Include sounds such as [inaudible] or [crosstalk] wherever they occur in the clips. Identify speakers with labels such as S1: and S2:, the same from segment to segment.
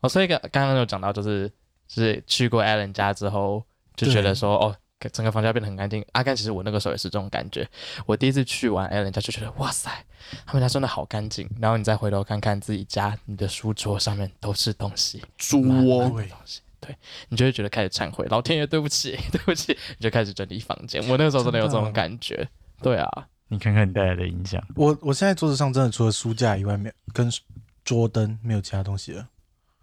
S1: 哦，所以刚刚刚有讲到，就是就是去过 Allen 家之后，就觉得说哦，整个房间变得很干净。阿甘其实我那个时候也是这种感觉，我第一次去完 Allen 家就觉得哇塞，他们家真的好干净。然后你再回头看看自己家，你的书桌上面都是东西，
S2: 猪
S1: 满满
S2: 窝
S1: 的东西。对你就会觉得开始忏悔，老天爷对不起， [laughs] 对不起，你就开始整理房间。我那个时候真的有这种感觉，对啊，
S3: 你看看你带来的影响，
S2: 我我现在桌子上真的除了书架以外，没有跟桌灯没有其他东西了。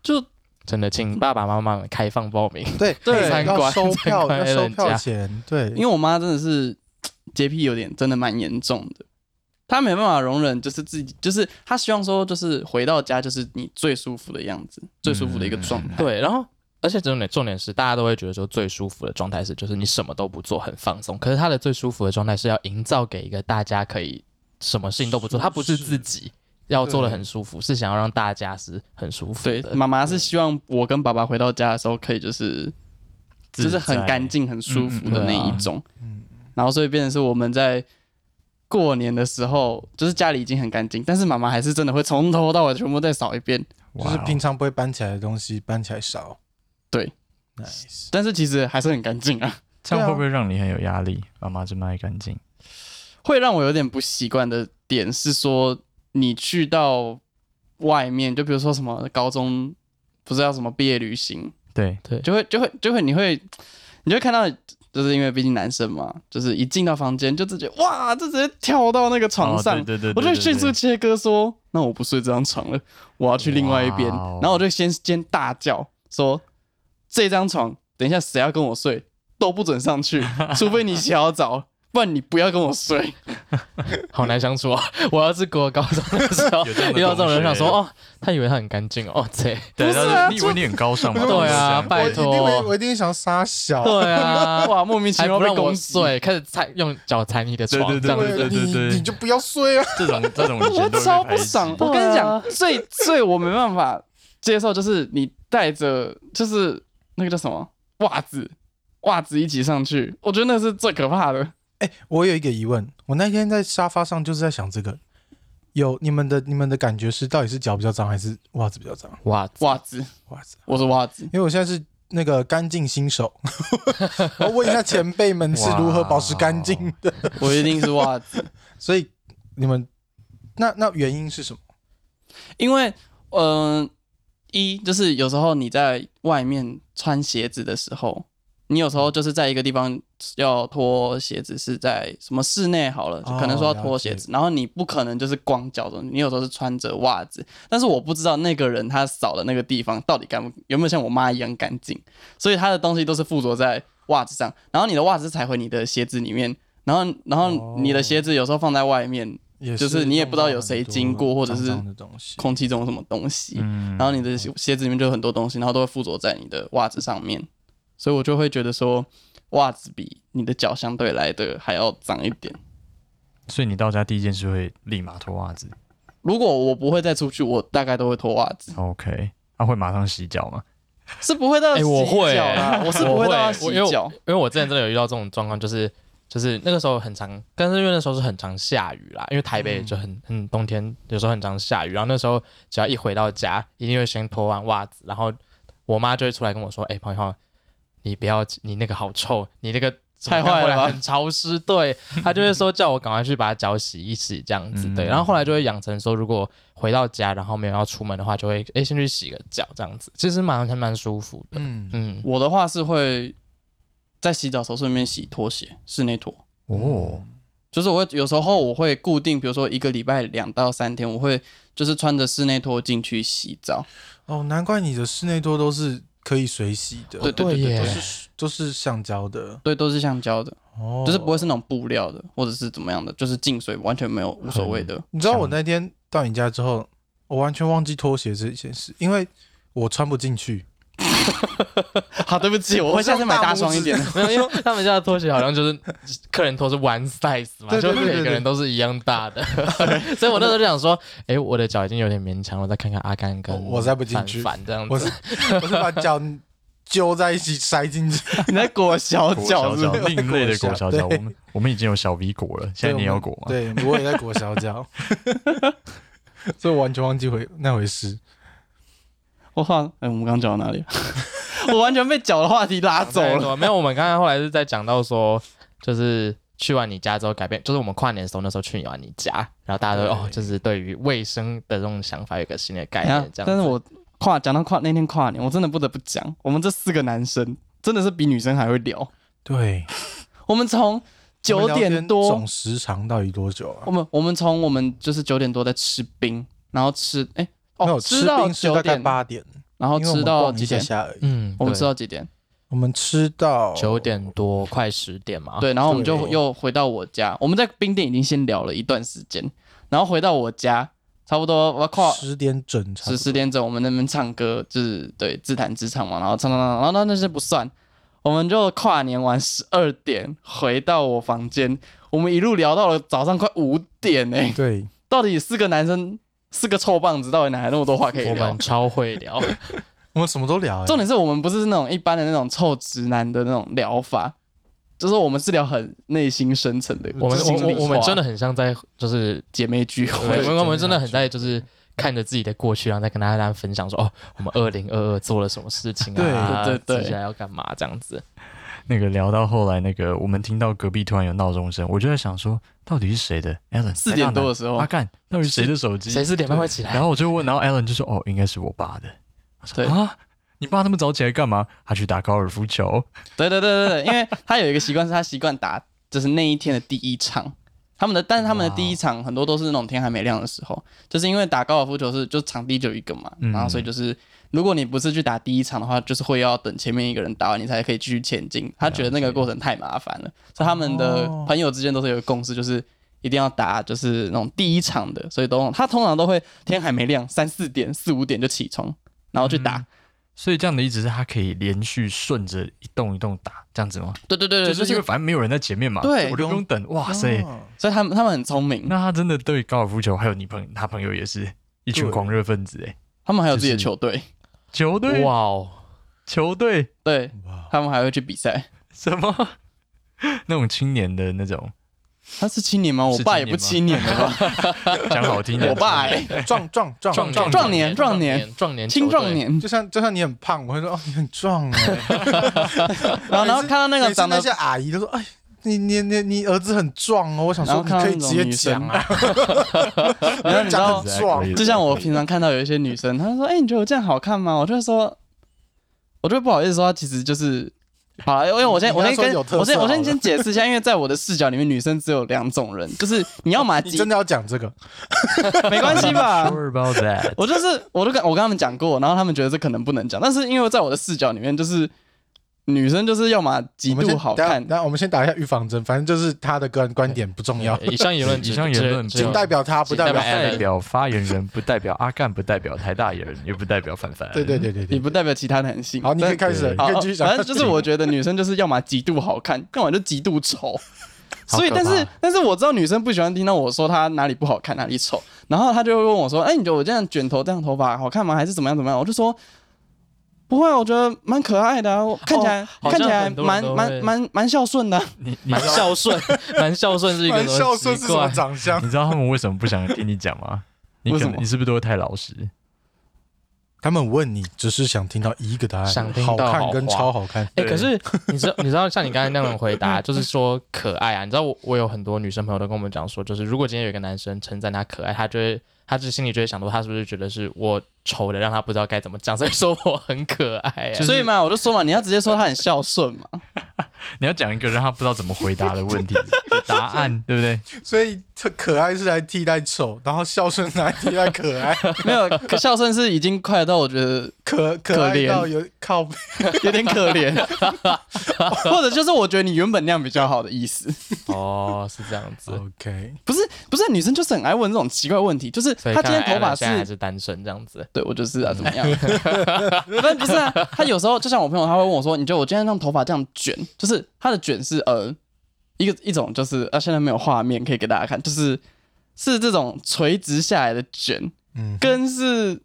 S1: 就真的请爸爸妈妈们开放报名，
S2: 对
S1: 对参
S2: 要
S1: 观
S2: 收
S1: 参
S2: 票
S1: 观
S2: 要收
S1: Allen
S2: 票
S1: 家
S2: 钱，对，
S4: 因为我妈真的是洁癖有点真的蛮严重的，她没办法容忍，就是自己，就是她希望说，就是回到家就是你最舒服的样子，最舒服的一个状态。
S1: 对，然后而且重点重点是，大家都会觉得说最舒服的状态是，就是你什么都不做，很放松。可是他的最舒服的状态是要营造给一个大家可以什么事情都不做，
S2: 舒
S1: 他不是
S2: 适
S1: 自己要做的很
S2: 对
S1: 舒服，是想要让大家是很舒服
S4: 对
S1: 的。，
S4: 妈妈是希望我跟爸爸回到家的时候可以就是就是很干净、很舒服的那一种。
S2: 嗯
S4: 然后所以变成是我们在过年的时候，就是家里已经很干净，但是妈妈还是真的会从头到尾全部再扫一遍。
S2: 就是
S3: 哇哦
S2: 平常不会搬起来的东西搬起来少。
S4: 对
S2: ，nice。
S4: 但是其实还是很干净啊，
S3: 这
S2: 对
S3: 样
S2: 啊
S3: 会不会让你很有压力？爸妈真的爱干净，
S4: 会让我有点不习惯的点是说，你去到外面，就比如说什么高中，不是要什么毕业旅行，
S3: 对，
S4: 就会就会就会你会你就会看到，就是因为毕竟男生嘛，就是一进到房间就直接哇，就直接跳到那个床
S3: 哦
S4: 上，
S3: 对对对，
S4: 我就
S3: 对
S4: 迅速，切割说，那我不睡这张床了，我要去另外一边，
S3: 哇哦
S4: 然后我就先先大叫说，这张床等一下谁要跟我睡都不准上去，除非你洗好澡。不然你不要跟我睡，
S1: 好难相处啊！我要是国高中的时候
S3: 有这
S1: [laughs]
S3: 样的
S1: 遇到这种人，
S3: 同
S1: 想
S3: 学
S1: 说哦，他以为他很干净哦，哦这
S3: 对，
S4: 不是啊
S3: 但你以
S4: 就
S3: 为你很高尚
S4: [laughs]
S3: 吗？
S1: 对啊
S3: 不是
S1: 拜
S3: 这样
S2: 我一定会，
S1: 托
S2: 我一定想杀小。
S1: 对啊，
S4: [laughs] 哇，莫名其
S1: [laughs] 还
S4: 妙
S1: 不
S4: 被
S1: 让我
S4: 攻击，
S1: 睡，开始踩用脚踩你的
S3: 对
S1: 床，
S3: 对
S1: 这样
S3: 对
S1: 子
S3: 对对对
S2: 你你就不要睡啊！
S3: 这种这种以前都会
S4: 我
S3: 被
S4: 超不
S3: 排挤
S4: 爽。
S1: 对啊
S4: 我跟你讲，最 [laughs] 最我没办法接受就是你带着就是那个叫什么袜子，袜子一起上去，我觉得那是最可怕的。
S2: 哎、我有一个疑问，我那天在沙发上就是在想这个，有你们的你们的感觉是到底是脚比较脏还是袜子比较脏？
S1: 哇，
S4: 袜子，
S2: 袜子，
S4: 我是袜子，
S2: 因为我现在是那个干净新手， [laughs] 我问一下前辈们是如何保持干净的，
S4: 我一定是袜子。
S2: 所以你们那那原因是什么？
S4: 因为，嗯、一就是有时候你在外面穿鞋子的时候，你有时候就是在一个地方要脱鞋子，是在什么室内好了，就可能说要脱鞋子，然后你不可能就是光脚的，你有时候是穿着袜子，但是我不知道那个人他扫的那个地方到底干不有没有像我妈一样干净，所以他的东西都是附着在袜子上，然后你的袜子是踩回你的鞋子里面。然后，然后你的鞋子有时候放在外面，
S2: 也
S4: 就是你也不知道有谁经过或者是
S2: 脏脏的东西。
S4: 空气中有什么东西，
S3: 嗯，
S4: 然后你的鞋鞋子里面就有很多东西，然后都会附着在你的袜子上面，所以我就会觉得说，袜子比你的脚相对来的还要脏一点。
S3: 所以你到家第一件事会立马脱袜子
S4: 如果我不会再出去，我大概都会脱袜子，
S3: ，OK？那会马上洗脚吗？
S4: 是不会到
S1: 哎
S4: 洗
S1: 我会欸
S4: 脚啦，我是不会到要洗
S1: 我因为我
S4: 脚。
S1: 因为我之前真的有遇到这种状况，就是就是那个时候很常，但是因为那时候是很常下雨啦，因为台北就很
S4: 嗯
S1: 很冬天，有时候很常下雨。然后那时候只要一回到家，一定会先脱完袜子，然后我妈就会出来跟我说：“哎、朋友，你不要你那个好臭，你那个怎么
S4: 太坏了
S1: 看回来
S4: 吧
S1: 很潮湿。”对，她就会说叫我赶快去把脚洗一洗这样子。对，
S3: 嗯
S1: 然后后来就会养成说，如果回到家然后没有要出门的话，就会哎、先去洗个脚这样子，其实蛮还蛮舒服的。
S2: 嗯，
S1: 嗯，
S4: 我的话是会在洗澡的时候顺便洗拖鞋，室内拖。
S3: 哦，
S4: 就是我会有时候我会固定，比如说一个礼拜两到三天，我会就是穿着室内拖进去洗澡。
S2: 哦，难怪你的室内拖都是可以水洗的，
S4: 对对对对
S1: 耶
S2: 都
S4: 对，
S2: 是都是橡胶的，
S4: 对，都是橡胶的。
S2: 哦，
S4: 就是不会是那种布料的，或者是怎么样的，就是进水完全没有无所谓的。
S2: 你知道我那天到你家之后，我完全忘记脱鞋这件事，因为我穿不进去。
S4: [laughs] 好，对不起，我
S2: 我
S4: 会下次买大双一点。
S1: 没有，因为 [laughs] 他们家的拖鞋好像就是客人拖是 one size 嘛，
S2: 对对对
S1: 就每个人都是一样大的，所以我那时候就想说，哎，我的脚已经有点勉强了，再看看阿甘跟
S2: 我我塞不进去
S1: 凡凡这样
S2: 我是 [laughs]
S1: 子，
S2: 我是把脚揪在一起塞进去，
S4: [laughs] 你在裹小
S3: 裹小
S4: 脚是
S3: 脚 [laughs]
S4: 不是？
S3: 另类的裹小脚，
S4: [laughs]
S2: 对
S3: 我们我们已经有小 V 裹了，现在你也要裹吗？
S2: 对，我也在裹小脚，所以我完全忘记回那回事。
S4: 我话，哎、我们刚刚讲到哪里？ [laughs] 我完全被脚的话题拉走
S1: 太
S2: [laughs]
S4: 了。
S1: 多没有，我们刚才后来是在讲到说，就是去完你家之后改变，就是我们跨年的时候那时候去完你家，然后大家都哦，就是对于卫生的这种想法有个新的概
S4: 哎呀
S1: 念，这样子。
S4: 但是我跨讲到跨那天跨年，我真的不得不讲，我们这四个男生真的是比女生还会聊。
S2: 对，
S4: 我们从九
S2: 我们聊
S4: 点
S2: 天
S4: 多
S2: 总时长到底多久啊
S4: 我？们我们从我们就是九点多在吃冰，然后吃哎、
S2: 没
S4: 哦
S2: 有吃
S4: 到
S2: 冰是
S4: 九
S2: 大概
S4: 点，
S2: 八点，
S4: 然后
S2: 因为我
S4: 吃
S2: 们
S4: 到
S2: 逛一
S4: 几
S2: 下
S4: 点？
S2: 下而已。
S1: 嗯，
S4: 我们
S1: 对
S4: 吃到几点？
S2: 我们吃到
S1: 九点多快十点嘛。
S4: 对，然后我们就
S2: 对
S4: 又回到我家。我们在冰店已经先聊了一段时间，然后回到我家，差不多我靠
S2: 十点整，差不多
S4: 十十点整，我们那边唱歌就是对自弹自唱嘛，然后唱唱唱，然后那那些不算，我们就跨年完十二点回到我房间，我们一路聊到了早上快五点哎、
S2: 对，
S4: 到底四个男生四个臭棒子，到底哪来那么多话可以
S1: 我
S4: 聊
S1: 们？超会聊，
S2: 我们什么都聊、欸。
S4: 重点是我们不是那种一般的那种臭直男的那种聊法，就是我们是聊很内心深层的。
S1: 我们我
S4: 心里
S1: 我我们
S4: 话
S1: 真的很像在就是
S4: 姐妹聚
S1: 我
S4: 会，
S1: 们我们真的很在就是看着自己的过去，然后再跟大家分享说哦，我们二零二二做了什么事情啊，
S4: 对对对对
S1: 接下来要干嘛这样子。
S3: 那个聊到后来，那个我们听到隔壁突然有闹钟声，我就在想说，到底是谁的？Alan
S4: 四点多的时候
S3: 阿，干，到底是谁的手机？
S1: 谁四点半会起来
S3: 然？后我就问，然后 Alan 就说，哦，应该是我爸的。我说
S4: 对
S3: 啊，你爸那么早起来干嘛？他去打高尔夫球。
S4: 对对对对对，因为他有一个习惯，是他习惯打就是那一天的第一场。他们的，但是他们的第一场很多都是那种天还没亮的时候，就是因为打高尔夫球是就场地就一个嘛，
S3: 嗯
S4: 然后所以就是如果你不是去打第一场的话，就是会要等前面一个人打完你才可以继续前进。他觉得那个过程太麻烦了，所以他们的
S2: 哦
S4: 朋友之间都是有一个共识，就是一定要打就是那种第一场的，所以都他通常都会天还没亮三四点四五点就起床，然后去打。
S3: 所以这样的意思是，他可以连续顺着一栋一栋打，这样子吗？
S4: 对对对对，
S3: 就是因为反正没有人在前面嘛，
S4: 对哦
S3: 我就不用等。哇塞，
S2: 啊
S4: 所以他们他们很聪明，
S3: 那他真的对高尔夫球还有你朋他朋友也是一群
S2: 对
S3: 狂热分子哎，
S4: 他们还有自己的
S3: 就是
S4: 球队，
S3: 球队
S1: 哇哦，
S3: 球队
S4: 对
S2: 哇，
S4: 他们还会去比赛。
S3: 什么 [laughs] 那种青年的那种，
S4: 他是青年吗？我
S3: 是
S4: 爸也
S3: 青年
S4: 不
S2: [laughs]
S3: 吗
S4: 青年了吧？
S3: 讲好听的，
S4: 我爸哎、
S2: 壮壮壮
S1: 壮
S2: 壮，
S4: 壮年壮
S1: 壮
S4: 年
S1: 壮年
S4: 青
S1: 球队
S4: 壮，年。
S2: 就像就像你很胖，我会说哦你很壮哎、
S4: 然后然后看到那
S2: 每
S4: 个
S2: 次
S4: 长得
S2: 那些阿姨都说哎。你你你你儿子很壮哦，我想
S4: 然
S2: 说你
S4: 后看到
S2: 可以
S4: 那种
S2: 直接
S4: 女生
S2: 讲啊，
S4: 然后你知
S2: 讲
S4: 道
S2: 很壮，
S4: 就像我平常看到有一些女生，她就说：“哎、你觉得我这样好看吗？”我就会说，我就会不好意思说，她其实就是好了，因为我先
S2: 你
S4: 我先
S2: 你要说
S4: 跟
S2: 有特色
S4: 我先我
S2: 好
S4: 先
S2: 了
S4: 先解释一下，因为在我的视角里面，女生只有两种人，就是你要么
S2: [laughs] 你
S4: 鸡
S2: 真，的要讲这个？
S4: 没关系吧？
S3: [laughs] Sure about that，
S4: 我就是，我都跟我跟他们讲过，然后他们觉得这可能不能讲，但是因为在我的视角里面，就是女生就是要么极
S2: 我们
S4: 度
S2: 先
S4: 好
S2: 等一下
S4: 看
S2: 等一，下我们先打一下预防针，反正就是他的观观点不重要，
S1: 以上言论只，
S3: 以上言论
S1: 只
S3: 对
S1: 有
S2: 仅代表他，不代表
S1: 仅代表 Alan
S3: 代表发言人，不代表阿干，不代表台大人，也不代表凡凡。
S2: 对对对对
S4: 也
S2: 对。
S4: 不代表其他男性。
S2: 好，你可以
S4: 但
S2: 开始了，你
S4: 好
S2: 可以继续讲。
S4: 反正就是我觉得女生就是要么极度好看，要么就极度
S2: [laughs]
S4: 丑。所以，
S1: 好可
S4: 但
S1: 怕
S4: 是但是我知道女生不喜欢听到我说她哪里不好看，哪里丑，然后她就会问我说：“哎、你觉得我这样卷头这样头发好看吗？还是怎么样怎么样？”我就说。不会啊，我觉得蛮可爱的啊，我看起来、
S1: 哦好像
S4: 看起来
S1: 很多
S4: 蛮
S1: 人都会
S4: 蛮蛮蛮孝顺的啊、
S3: 你你
S1: 蛮孝顺，蛮孝顺是一个
S2: [laughs] 蛮
S1: 什么
S2: 孝顺是
S1: 奇
S2: 什么
S1: 怪
S2: 长相？
S3: 你知道他们为什么不想听你讲吗？你可
S4: 为什
S3: 能
S4: 么
S3: 你是不是都会太老实？
S2: 他们问你，只是想听到一个答案，
S1: 想听
S2: 好
S1: 到
S2: 看
S1: 好
S2: 跟
S1: 话
S2: 超好看。
S1: 哎、
S3: 对
S1: 可是你知道，你知道像你刚才那种回答，就是说可爱啊。你知道我，我有很多女生朋友都跟我们讲说，就是如果今天有一个男生称赞她可爱，她就会，她就心里就会想说，他是不是觉得是我丑的，让她不知道该怎么讲，所以说我很可爱、啊。
S4: 所以嘛，我就说嘛，你要直接说她很孝
S1: [laughs]
S4: 顺嘛。
S3: 你要讲一个让他不知道怎么回答的问题的答案，对不对？
S2: 所以这可爱是来替代丑，然后孝顺是来替代可爱，
S4: 没有，可孝顺是已经快到我觉得 [laughs]
S2: 可可爱
S4: 怜
S2: 到有靠
S4: [laughs]
S2: 背。
S4: 有点可怜， [laughs] 或者就是我觉得你原本那样比较好的意思。
S1: 哦，是这样子。
S2: OK，
S4: 不是不是，女生就是很爱问这种奇怪问题，就是
S1: 所以
S4: 她今
S1: 看来
S4: 天头发
S1: Alan 现在还是
S4: 是。
S1: 单身这样子，
S4: 对，我就是啊，怎么样？ [laughs] 但不是啊，她有时候就像我朋友，他会问我说：“你觉得我今天让头发这样卷，就是她的卷是呃，一个一种就是啊，现在没有画面可以给大家看，就是是这种垂直下来的卷，
S2: 嗯，
S4: 跟是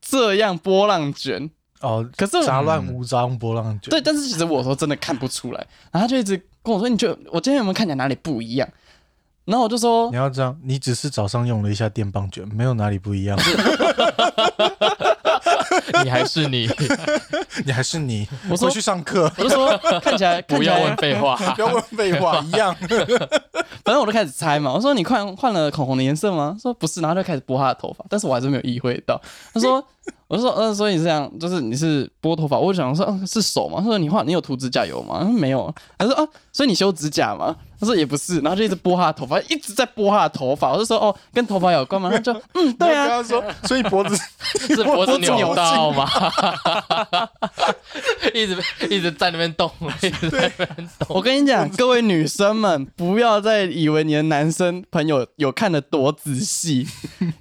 S4: 这样波浪卷。
S2: 哦，
S4: 可是我嗯
S2: 杂乱无章，波浪卷。
S4: 对，但是其实我有时候真的看不出来，然后他就一直跟我说：“你觉得我今天有没有看起来哪里不一样？”然后我就说
S2: 你要这样，
S4: [laughs]
S2: 你只是早上用了一下电棒卷，没有哪里不一样。
S1: 你还是你，
S2: [laughs] 你还是你，
S1: 我说
S2: 回去
S1: [laughs]
S2: 上课，
S4: 我就说看起来看
S1: 不
S4: 起
S1: 要
S4: 来
S1: 问，废话。
S2: 不要问废
S1: [laughs]
S2: 话，一样。
S1: 啊
S4: 反正我就开始猜嘛。我说你换换了口红的颜色吗？说不是，然后就开始拨他的头发，但是我还是没有意会到。他说， [laughs] 我就说，嗯、所以你是这样，就是你是拨头发。我就想说，嗯、是手吗？他说你画你有涂指甲油吗？他说没有。他说啊，所以你修指甲吗？他说也不是，然后就一直拨他的头发，一直在拨他的头发。我就说哦，跟头发有关吗？他就嗯，对
S2: 然后
S4: 啊，
S2: 跟他说，所以脖子
S1: [laughs] 是脖
S2: [laughs]
S1: 子扭到
S2: 吗？
S1: 吗？一直一直在那边动，一直在那边动。
S4: 我跟你讲，各位女生们，不要再以为你的男生朋友有看得多仔
S2: [laughs]
S4: 细，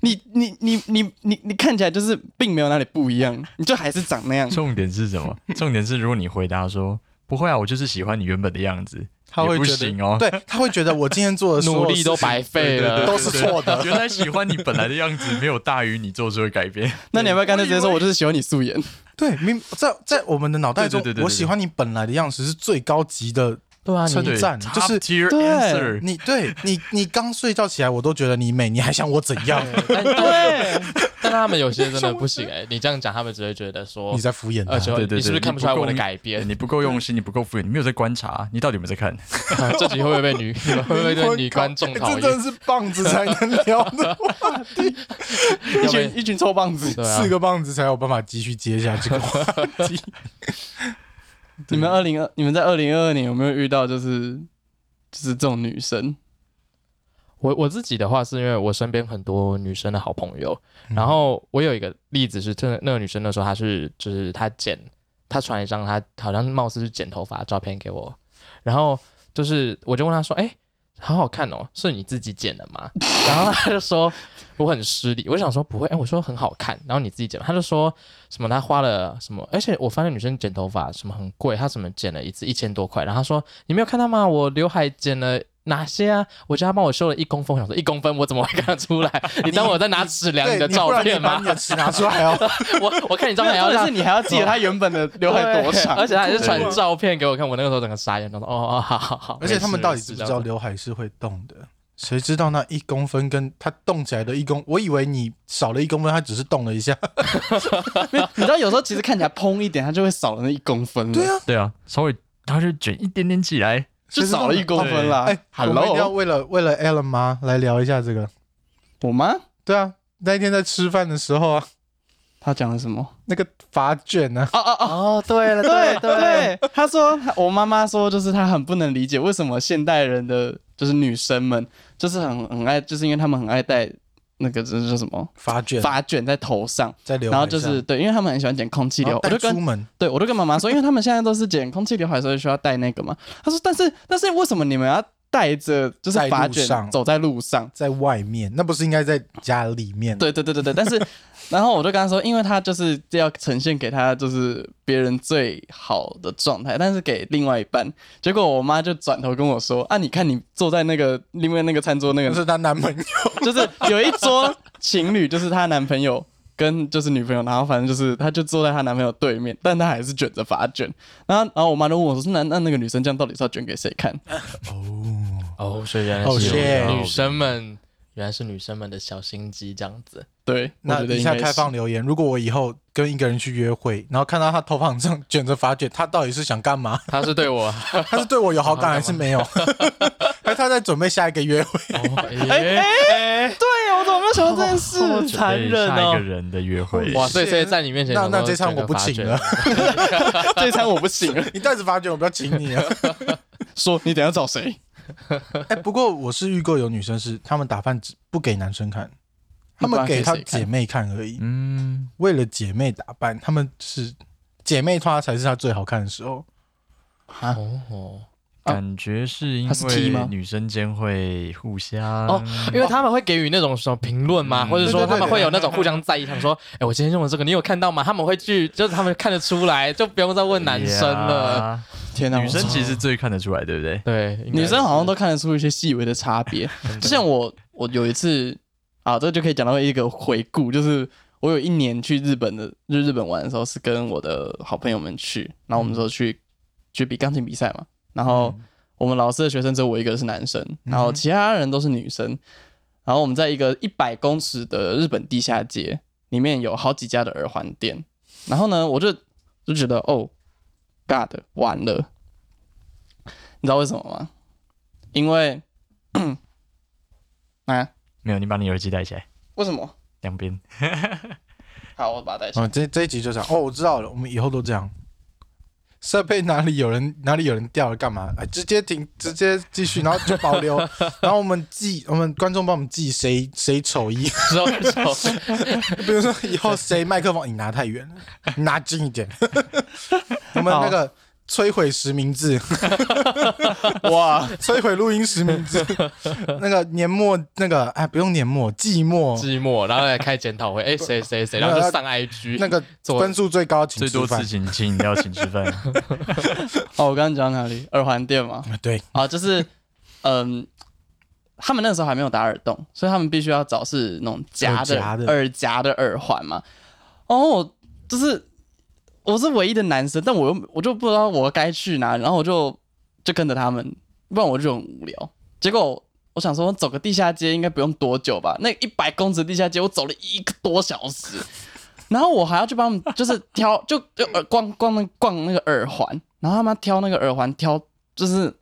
S4: 你你你你你你看起来就是并没有哪里不一样，你就还是长那样。
S3: 重点是什么？重点是如果你回答说不会啊，我就是喜欢你原本的样子，
S2: 他会
S3: 也不
S2: 觉得
S3: 行哦。
S2: 对，他会觉得我今天做的所有
S1: 努力都
S2: 事情
S1: 白费了，
S2: 都是错的。
S3: [laughs] 原来喜欢你本来的样子没有大于你做出的改变。
S4: 那你要不要干脆直接说，我就是喜欢你素颜？
S2: 对，明在在我们的脑袋中
S3: 对对对对，对
S2: 我喜欢你本来的样子是最高级的
S1: 对啊，
S2: 称
S1: 你
S3: 对
S2: 赞，就是
S3: top tier
S4: 对
S3: answer。
S2: 你对你你刚睡觉起来，我都觉得你美，你还想我怎样？
S1: [laughs]
S2: [laughs]
S1: 但
S4: 对，
S1: 哎但他们有些真的不行哎，你这样讲，他们只会觉得说
S2: 你，在敷衍
S1: 而且
S2: 他。
S3: 对对对，
S1: 你是不是看不出来
S3: 够
S1: 我的
S3: 用
S1: 改变？
S3: 你不够用心，你不够敷衍，你没有在观察，你到底有没有在看？
S1: [laughs] 这集会不会被女会不会被女观众
S2: [laughs] 哎
S1: 讨
S2: 这真
S1: 厌？
S2: 的是棒子才能聊的话，
S4: 一群一群臭棒子。
S1: [laughs] 对啊
S2: 四，个棒子才有办法继续接
S1: [laughs]
S2: 下这个话题。
S4: 你们二零二，你们在二零二二年有没有遇到就是就是这种女生？
S1: 我我自己的话是因为我身边很多女生的好朋友，然后我有一个例子是，真的那个女生那时候她是就是她剪，她传一张她好像貌似是剪头发的照片给我，然后就是我就问她说，哎、好好看哦，是你自己剪的吗？然后她就说我很失礼，我就想说不会，哎、我说很好看，然后你自己剪吧，她就说什么她花了什么，而且我发现女生剪头发什么很贵，她什么剪了一次一千多块，然后她说你没有看到吗？我刘海剪了。哪些啊？我叫她帮我修了一公分，我想说一公分我怎么会看得出来？ [laughs] 你当我在拿尺量你
S2: 对，
S1: 的
S2: 你不
S1: 照
S2: 然
S1: 片
S2: 你把
S1: 吗 [laughs]
S2: 你？的尺拿出来
S4: [laughs]
S2: 哦。
S1: 我我看你照
S4: 没
S1: 片还要
S4: 有重点是
S1: 让
S4: 你还要记得她原本的刘海多
S2: [laughs]
S4: 长，
S1: 而且他还是
S3: 对
S1: 传照片给我看，我那个时候整个傻眼，他说哦哦好好好，
S2: 而且他们到底
S1: 没事
S2: 知不知道？刘海是会动的？谁知道那一公分跟它动起来的一公，我以为你少了一公分，它只是动了一
S4: [laughs]
S2: 下。
S4: 没 [laughs] 有你知道有时候其实看起来蓬一点，它就会少了那一公分了，
S2: 对啊，
S3: 对啊，稍微他就卷一点点
S2: [laughs]
S3: 起来，
S4: 就少了一公分啦。
S2: 哎我们一定要
S4: ，Hello，
S2: 为了为了 Alan 吗来聊一下这个？
S4: 我妈
S2: 对啊，那一天在吃饭的时候啊，
S4: 她讲了什么？
S2: 那个发卷啊，
S4: 哦哦哦，
S1: 哦，对
S2: [laughs]
S1: 了
S4: 对，对，她说我妈妈说，就是她很不能理解为什么现代人的就是女生们就是很很爱，就是因为她们很爱戴那个就是叫什么
S2: 发卷
S4: 发卷在头上，
S2: 在刘海哦
S4: 然
S2: 上，
S4: 后就是对，因为她们很喜欢剪空气
S2: 然
S4: 刘
S2: 后
S4: 海，我
S2: 带
S4: 就
S2: 出
S4: 跟
S2: 门，
S4: 对我就跟妈妈说，因为她们现在都是剪空气刘海，所以需要戴那个嘛。她说，但是但是为什么你们要带着就是
S2: 在路
S4: 发卷
S2: 上
S4: 走在路上？
S2: 在外面，那不是应该在家里面？，
S4: 对对对对对， [laughs] 但是然后我就跟他说，因为他就是要呈现给他就是别人最好的状态，但是给另外一半，结果我妈就转头跟我说啊，你看你坐在那个 [laughs] 另外那个餐桌那
S2: 那
S4: 个，
S2: 是她男朋友。
S4: [laughs] 就是有一桌情侣，就是她男朋友。跟就是女朋友，然后反正就是她就坐在她男朋友对面，但她还是卷着发卷。然后，然后我妈就问我说：“那那那个女生这样到底是要卷给谁看 [laughs]
S1: 哦，所以原来
S2: 哦
S1: 是
S2: ，shit
S1: 女生们，原来是女生们的小心机这样子。？”
S4: 对，我
S2: 那
S4: 觉得
S2: 以
S4: 应该
S2: 下
S4: 是
S2: 开放留言，如果我以后跟一个人去约会，然后看到他头发上卷着发卷，他到底是想干嘛？ [laughs]
S1: 他是对我，
S2: 他是对我有哦好感还是没有？ [laughs] 还是他在准备下一个约会？
S1: 哎哎，
S4: [laughs] 对，啊我怎么没有想到这件事？啊 [laughs]
S1: 残忍
S3: 下一个
S1: 哦！
S3: 人的约会。
S1: 哇，所以所以在你面前
S2: 那
S1: 想说
S2: 那这场我不请了，
S4: 这一餐我不 [laughs] 行了。
S2: [laughs] 你带着发卷，我不要请你啊！
S4: 说你等一下找谁？
S2: 哎、 [laughs] 不过我是遇过有女生是她们打饭只不给男生看，她们给她姐妹看而已。
S3: 嗯，
S2: 为了姐妹打扮，她们是姐妹花才是她最好看的时候。
S1: 卷个发卷
S2: [laughs]
S1: 哦。
S4: 啊
S3: 感觉是因
S4: 他是 T 吗
S3: 为女生间会互相
S1: 哦，因为他们会给予那种什么评论吗？
S3: 嗯
S1: 或者说
S2: 对对对
S1: 他们会有那种互相在意，他们说，哎、我今天用了这个，你有看到吗？他们会去，就是他们看得出来，就不用再问男生了。
S3: 呀
S4: 天哪，
S3: 女生
S4: 我
S3: 其实最看得出来，对不对？
S1: 对，应该
S4: 女生好像
S1: 是
S4: 都看得出一些细微的差
S1: [laughs]
S4: 别。就像我，我有一次啊，这就可以讲到一个回顾，就是我有一年去日本的，就日本玩的时候是跟我的好朋友们去，然
S1: 嗯
S4: 后我们说去去比钢琴比赛嘛，然后我们老师的学生只有我一个是男生，
S1: 嗯
S4: 然后其他人都是女生，然后我们在一个一百公尺的日本地下街里面有好几家的耳环店。然后呢，我就就觉得哦，God，完了，你知道为什么吗？因为啊，
S3: 没有，你把你耳机戴起来，
S4: 为什么？
S3: 两边。
S4: 好，我把它带起来。
S2: 啊，这这一集就这样。哦，我知道了，我们以后都这样。设备哪里有人哪里有人掉了干嘛？哎，直接停，直接继续，然后就保留，然后我们记，我们观众帮我们记谁谁丑一，
S1: 之后之后
S2: [laughs] 比如说以后谁麦克风你拿太远了，你拿近一点。 [laughs] 我们那个摧毁实名制，
S4: 哇，
S2: 摧毁录音实名制，那个年末那个哎，不用年末，季末
S1: 寂寞，然后来开检讨会，哎，谁谁谁，然后就上 IG，
S2: 那个
S1: 做
S2: 分数最高请
S3: 最
S2: 吃
S3: 多次
S2: 饭。
S3: 请请饮料，请吃饭。
S4: 哦，我刚刚讲哪里？耳环店嘛。
S2: 啊对，
S4: 啊，就是嗯，他们那时候还没有打耳洞，所以他们必须要找是那种夹的
S2: 耳夹的
S4: 耳夹的耳环嘛。哦，我就是我是唯一的男生，但我又我就不知道我该去哪，然后我就就跟着他们，不然我就很无聊。结果我想说，走个地下街应该不用多久吧？那一百公尺地下街，我走了一个多小时，然后我还要去帮他们，就是挑，就就耳逛逛那逛那个耳环，然后他妈挑那个耳环，挑就是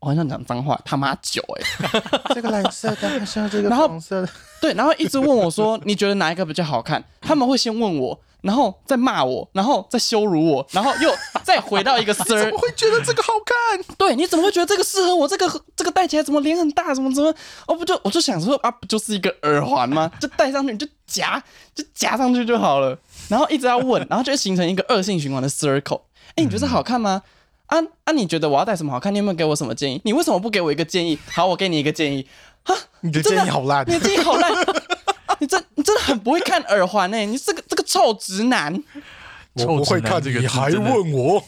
S4: 我很想哦讲脏话，他妈久哎、
S2: 这个蓝色的还是要这个
S4: 然后
S2: 黄色的？
S4: [laughs] 对，然后一直问我说你觉得哪一个比较好看？他们会先问我，然后再骂我，然后再羞辱我，然后又再回到
S2: [laughs]
S4: 一个 sir，
S2: 我会觉得这个好看。
S4: 对，你怎么会觉得这个适合我？这个这个戴起来怎么脸很大？怎么怎么？哦，不就我就想说啊，不就是一个耳环吗？ [laughs] 就戴上去你就夹，就夹上去就好了。然后一直要问，然后就会形成一个恶性循环的 circle。哎，你觉得这好看吗？啊
S2: 嗯
S4: 啊，你觉得我要戴什么好看？你有没有给我什么建议？你为什么不给我一个建议？好，我给你一个建议。
S2: [laughs] 你的建议好烂
S4: [laughs] 你，的建议好烂，你真你真的很不会看耳环呢、欸你这个这个臭
S2: [laughs]
S4: 直男。
S2: 我不会看，
S3: 臭直男这个
S2: 你
S3: 字
S2: 还
S3: 真的
S2: 问 [laughs] 我？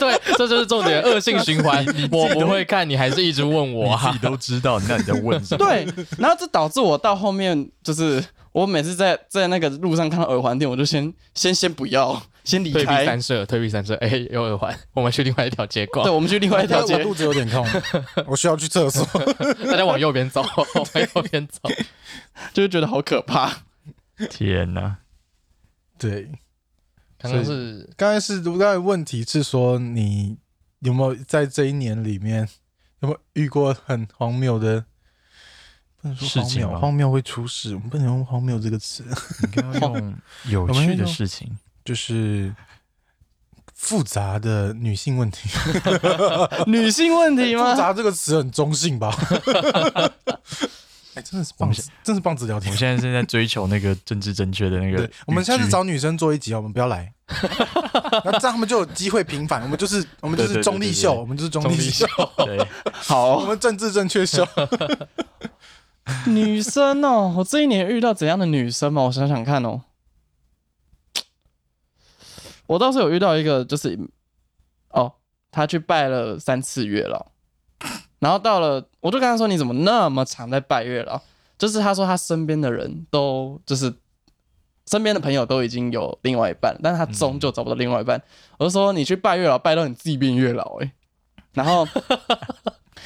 S1: 对，这就是重点，恶性循环。我不会看，你还是一直问我
S3: 你自
S1: 啊
S3: 己。都知道，那你在问什
S4: [laughs]
S3: 么？
S4: 对，然后这导致我到后面就是，我每次在在那个路上看到耳环店，我就先先先
S2: [laughs]
S4: 不要，先离
S1: 退避
S4: 开
S1: 三。舍，退避三舍。哎，有耳环，我们去另外一条街逛
S4: [laughs] 对，，我啊们去另外一条
S2: 哎啊 [laughs] 我
S4: 街。
S2: 肚子有点痛， [laughs] 我需要去厕所。
S1: 大家往右边走，往右边走。
S4: 就是觉得好可怕。
S3: 天哪！
S2: 对，
S1: 刚刚是
S2: 刚才是刚才问题是说你有没有在这一年里面有没有遇过很荒谬的？不能说
S3: 事
S2: 荒
S3: 情
S2: 谬，
S3: 吗
S2: 荒谬会出事，我们不能用荒谬这个词， [laughs]
S3: 你应该要用有趣的事情。
S2: 就是复杂的女性问题。
S4: 女性问
S2: [laughs]
S4: 题
S2: 复
S4: 吗？
S2: 杂这个词很中性吧？哎，真的是棒子，真是棒子聊
S3: 我
S2: 天
S3: 们。现在正在追求那个政治正确的那个语
S2: 对
S3: 句。，
S2: 我们下次找女生做一集哦，我们不要来，那这样他们就有机会平反。我们就是我们就
S3: 对对
S2: 是
S3: 对
S2: 中立秀，
S3: 对对
S2: 我们就是中
S1: 中立
S2: 立秀
S1: 秀，，
S2: [laughs]
S3: 对，
S2: 我
S4: 好，
S2: 们政治正确秀。
S4: 女生哦， [laughs] 我这一年遇到怎样的女生嘛？我想想看哦。我倒是有遇到一个，就是哦，她去拜了三次月老，然后到了，我就跟她说：“你怎么那么常在拜月老？”就是她说她身边的人都就是身边的朋友都已经有另外一半了，但是她终究找不到另外一半。我就说：“你去拜月老，拜到你自己变月老哎、欸然后。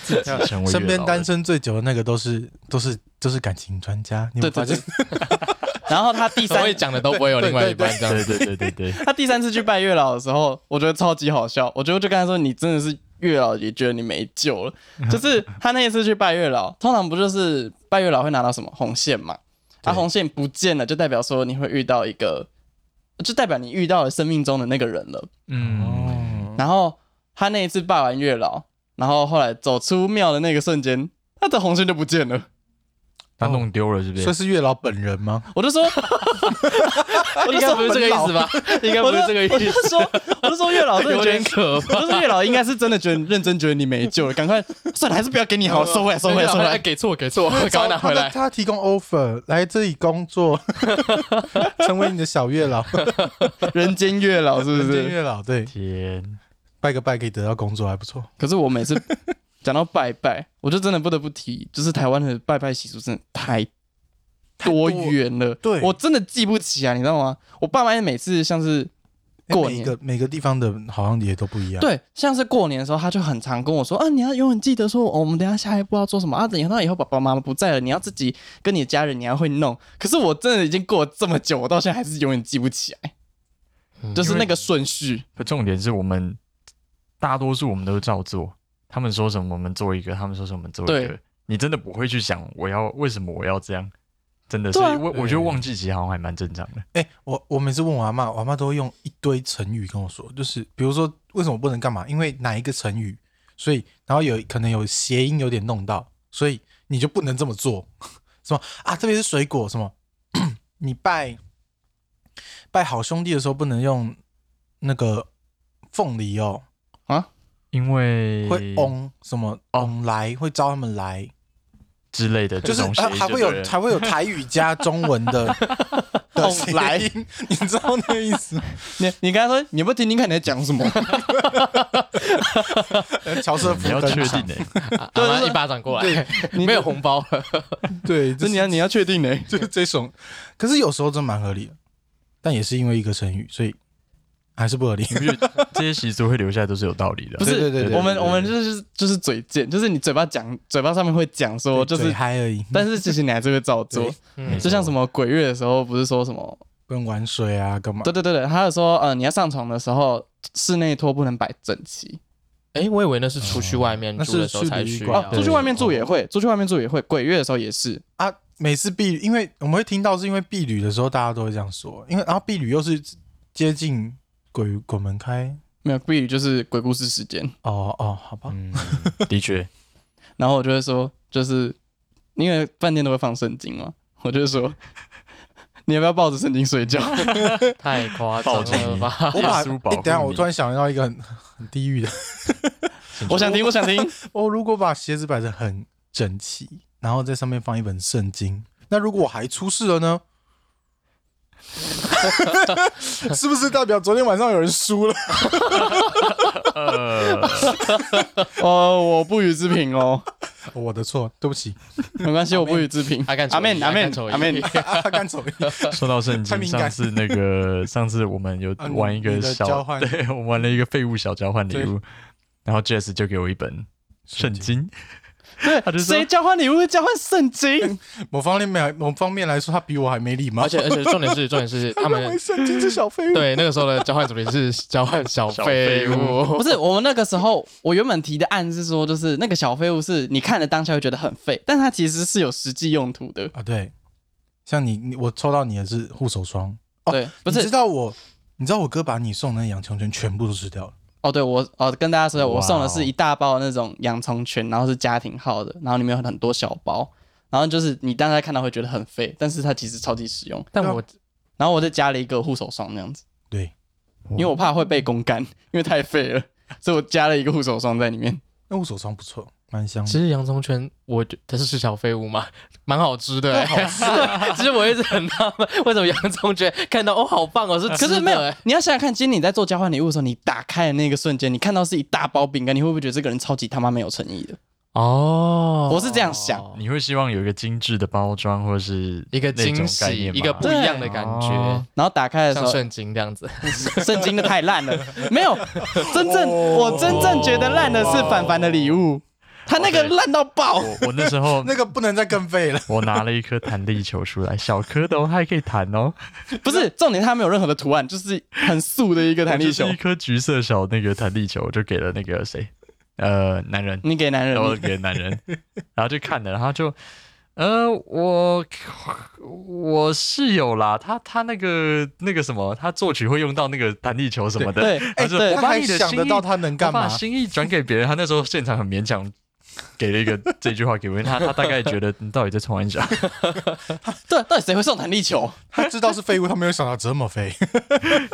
S3: 自己成为
S2: 身边单
S3: 身。
S2: 身最久的那个都是都是都是感情专家，你
S4: 对
S2: 们
S4: 对
S2: 发
S4: 对
S1: [laughs]
S2: 现，
S4: 然后他第三
S1: 所以讲的都不会有另外一半这样
S3: 对
S1: 子。
S3: 对对对对，
S4: 他第三次去拜月老的时候，我觉得超级好笑。我觉得就跟他说，你真的是月老也觉得你没救了。
S1: 嗯
S4: 就是他那一次去拜月老，通常不就是拜月老会拿到什么红线嘛？啊，
S2: 对
S4: 红线不见了，就代表说你会遇到一个，就代表你遇到了生命中的那个人了。
S3: 嗯，
S2: 哦，
S4: 然后他那一次拜完月老，然后后来走出庙的那个瞬间，他的红线就不见了。
S3: 他弄丢了是不
S2: 所以
S3: 是？
S2: 是月老本人吗？
S4: 我就说， [laughs] 我就
S1: 应该不
S4: 说，
S1: 是这个意思吧？应该不
S4: 我就是
S1: 这个
S4: 我
S1: 意
S4: 就
S1: 思，
S4: 说，我就说月老真的
S1: 有
S4: 觉得
S1: 点可
S4: [laughs]
S1: 怕。
S4: 就是月老应该是真的觉得认真觉得你没救了，
S2: [laughs]
S4: 赶快算了，还是不要给你好了，收回来，收回来，收回
S1: 哎
S4: 来。
S1: 给错给错，赶快拿回来。
S2: 哦他他提供 offer 来这里工作，成为你的小月老，
S4: 人间月老
S2: [laughs]
S4: 是不
S2: 人间
S4: 是？
S2: 月老对，
S3: 天，
S2: 拜个拜可以得到工作，还不错。
S4: 可是我每次 [laughs] 讲到拜拜，我就真的不得不提，就是台湾的拜拜习俗真的太多元了，
S2: 对
S4: 我真的记不起啊，你知道吗？我爸妈每次像是
S2: 哎
S4: 过
S2: 每一
S4: 年
S2: 个每个地方的好像也都不一样。
S4: 对，像是过年的时候，他就很常跟我说啊，你要永远记得说，哦我们等一下下一步要做什么啊，等一下到以后爸爸妈妈不在了，你要自己跟你的家人，你要会弄。可是我真的已经过了这么久，我到现在还是永远记不起来。
S2: 嗯
S4: 就是那个顺序，
S3: 可重点是我们大多数我们都照做，他们说什么我们做一个，他们说什么我们做一个
S4: 对，
S3: 你真的不会去想我要为什么我要这样，真的是、
S4: 对啊
S3: 我我觉得忘记其实好像还蛮正常的。
S2: 哎、我我每次问我阿妈，我阿妈都会用一堆成语跟我说，就是比如说为什么不能干嘛？因为哪一个成语，所以然后有可能有谐音有点弄到，所以你就不能这么做。 [laughs] 什么啊？特别是水果，什么 [clears throat] 你拜拜好兄弟的时候不能用那个凤梨哦，
S3: 因为
S2: 会翁什么翁来，会招他们来，
S3: 之类的
S2: 就
S3: 这
S2: 是
S3: 种
S2: 还
S3: 谐音
S2: 还会
S3: 对
S2: 有
S3: 了
S2: 还会有台语加中文的的
S4: 翁来
S2: 谐音，你知道那个意思吗？
S4: 你你刚才说你不听听看你在讲什么？
S2: 乔瑟
S3: 你
S2: 夫
S3: 要
S2: 登
S3: 确
S2: 场
S3: 定哎、
S1: 啊阿妈一巴掌过来，
S4: 你
S1: 没有红包，
S2: 对，这
S4: 这你
S2: 你
S4: 要你要确定呢、
S2: 这这种，可是有时候真蛮合理的，但也是因为一个成语，所以还是不
S3: [laughs]
S2: 合理。
S3: 这些习俗会留下来都是有道理的。
S4: 不是，
S2: 对对对对
S4: 我们
S3: 对对
S4: 我们就是就是嘴贱，就是你嘴巴讲，嘴巴上面会讲说就
S2: 嘴
S4: 是，
S2: 嗨而已，
S4: 但是其实你还是会照做
S2: 对。
S1: 嗯
S4: 就像什么鬼月的时候，不是说什么？
S2: 不能玩水啊，干嘛？
S4: 对对对对，他有说，呃，你要上床的时候，室内拖不能摆整齐。
S1: 哎，我以为那是出去外面
S2: 那
S1: 住的
S2: 是
S1: 时候
S2: 去
S1: 才
S2: 旅
S1: 需
S2: 馆
S1: 要
S4: 哦
S2: 啊，
S1: 对
S4: 出去外面住也会，出去外面住也会，鬼月的时候也是。
S2: 啊，每次避，因为我们会听到是因为避旅的时候大家都会这样说，因为然后避旅又是接近鬼鬼门开。
S4: 没有，避雨就是鬼故事时间。
S2: 哦哦，好吧，
S3: 嗯，的确，
S4: 然后我就会说，就是因为饭店都会放圣经嘛，我就会说， [laughs] 你要不要抱着圣经睡觉？
S1: 太夸
S3: 抱歉
S1: 张了吧？
S2: 我把
S3: 耶稣保
S2: 诶
S3: 护
S2: 等一下我
S3: 你
S2: 突然想到一个很很地狱的，
S4: 我想听，我想听。
S2: 我哦如果把鞋子摆得很整齐，然后在上面放一本圣经，那如果我还出事了呢？ [laughs] 是不是代表昨天晚上有人输了？
S3: [laughs] 呃，
S4: [laughs] 哦，我不予置评哦，
S2: 我的错，对不起， [laughs]
S4: 没关系，我不予置评。
S1: 阿甘
S4: 阿
S1: 丑
S4: 妹，
S1: 一
S4: 阿妹
S1: 阿甘，丑一
S4: 阿妹，
S2: 啊干走了。 [laughs]
S3: 说到圣
S2: 太
S3: 经，
S2: 敏感
S3: 上次那个上次我们有
S2: 啊你
S3: 玩一个
S2: 你的
S3: 小，
S2: 交换
S3: 对我们玩了一个废物小交换礼物，然后 Jess 就给我一本圣经，对，他就说
S4: 谁交换礼物会交换圣经？
S2: 某方面来，某方面来说，他比我还没礼貌。
S1: 而且而且重点是重点是他
S2: 认
S1: 们
S2: 为圣经是小废物。
S1: 对那个时候的交换主题是交换小
S3: 小
S1: 废
S3: 废
S1: 物
S4: [laughs] 不，是，我们那个时候，我原本提的案是说，就是那个小废物是你看了当下会觉得很废，但它其实是有实际用途的。
S2: 啊，对，像你，你我抽到你的是护手霜，哦
S4: 对，不
S2: 你知
S4: 是
S2: 道我，你知道我哥把你送的那洋葱圈全部都吃掉了。
S4: 哦，对我哦，跟大家说，我
S3: 哇哦
S4: 送的是一大包那种洋葱圈，然后是家庭号的，然后里面有很多小包，然后就是你当下看到会觉得很废，但是它其实超级实用。
S1: 但我
S4: 然后我再加了一个护手霜那样子，
S2: 对，
S4: 因为我怕会被公干，因为太废了，所以我加了一个护手霜在里面。
S2: 那护手霜不错，蛮香
S1: 其
S2: 的。
S1: 实洋葱圈，我觉它是吃小废物嘛， [laughs] 蛮好吃的、欸。好吃。 [laughs] 其实我一直很纳闷，为什么洋葱圈看到哦好棒
S3: 啊
S1: 哦是
S4: 可
S1: 吃
S4: 是
S1: 的
S4: 没有
S1: 欸，
S4: 你要想想看，今天你在做交换礼物的时候，你打开的那个瞬间，你看到是一大包饼干，你会不会觉得这个人超级他妈没有诚意的？
S1: 哦，
S4: 我是这样想
S3: 你会希望有一个精致的包装，或是
S1: 一个惊
S3: 那种概
S1: 喜，
S3: 念吗
S1: 一个不一样的感觉
S3: 哦，
S4: 然后打开的时
S1: 像
S4: 候，
S1: 圣经这样子。
S4: 圣经的太烂了，没有真正我真正觉得烂的是凡凡的礼
S3: 哦
S4: 物，他那个烂到爆。
S3: 我我那时候
S2: [laughs] 那个不能再更废了。
S3: 我拿了一颗弹力球出来，小颗的哦，它还可以弹哦，
S4: 不是重点，它没有任何的图案，就是很素的一个弹力球
S3: 我就是一。颗橘色小那个弹力球，我就给了那个谁，呃，男人，
S4: 你给男人
S3: 然，后给男人，然后就看了，然后就，呃，我我室友啦，他他那个那个什么，他作曲会用到那个弹力球什么的，
S4: 对
S3: 他说
S4: 对
S3: 我
S2: 他
S3: 把
S2: 还
S3: 你的
S2: 想
S3: 心
S2: 得
S3: 意，
S2: 到他能
S3: 我
S2: 干
S3: 把
S2: 嘛？
S3: 心意转给别人，他那时候现场很勉强。给了一个这句话给我，因为他他大概觉得你到底在冲
S2: [laughs]
S3: 一下，
S4: 对，到底谁会送弹力球？
S2: 他知道是废物，他没有想到这么
S3: [laughs]
S2: 废。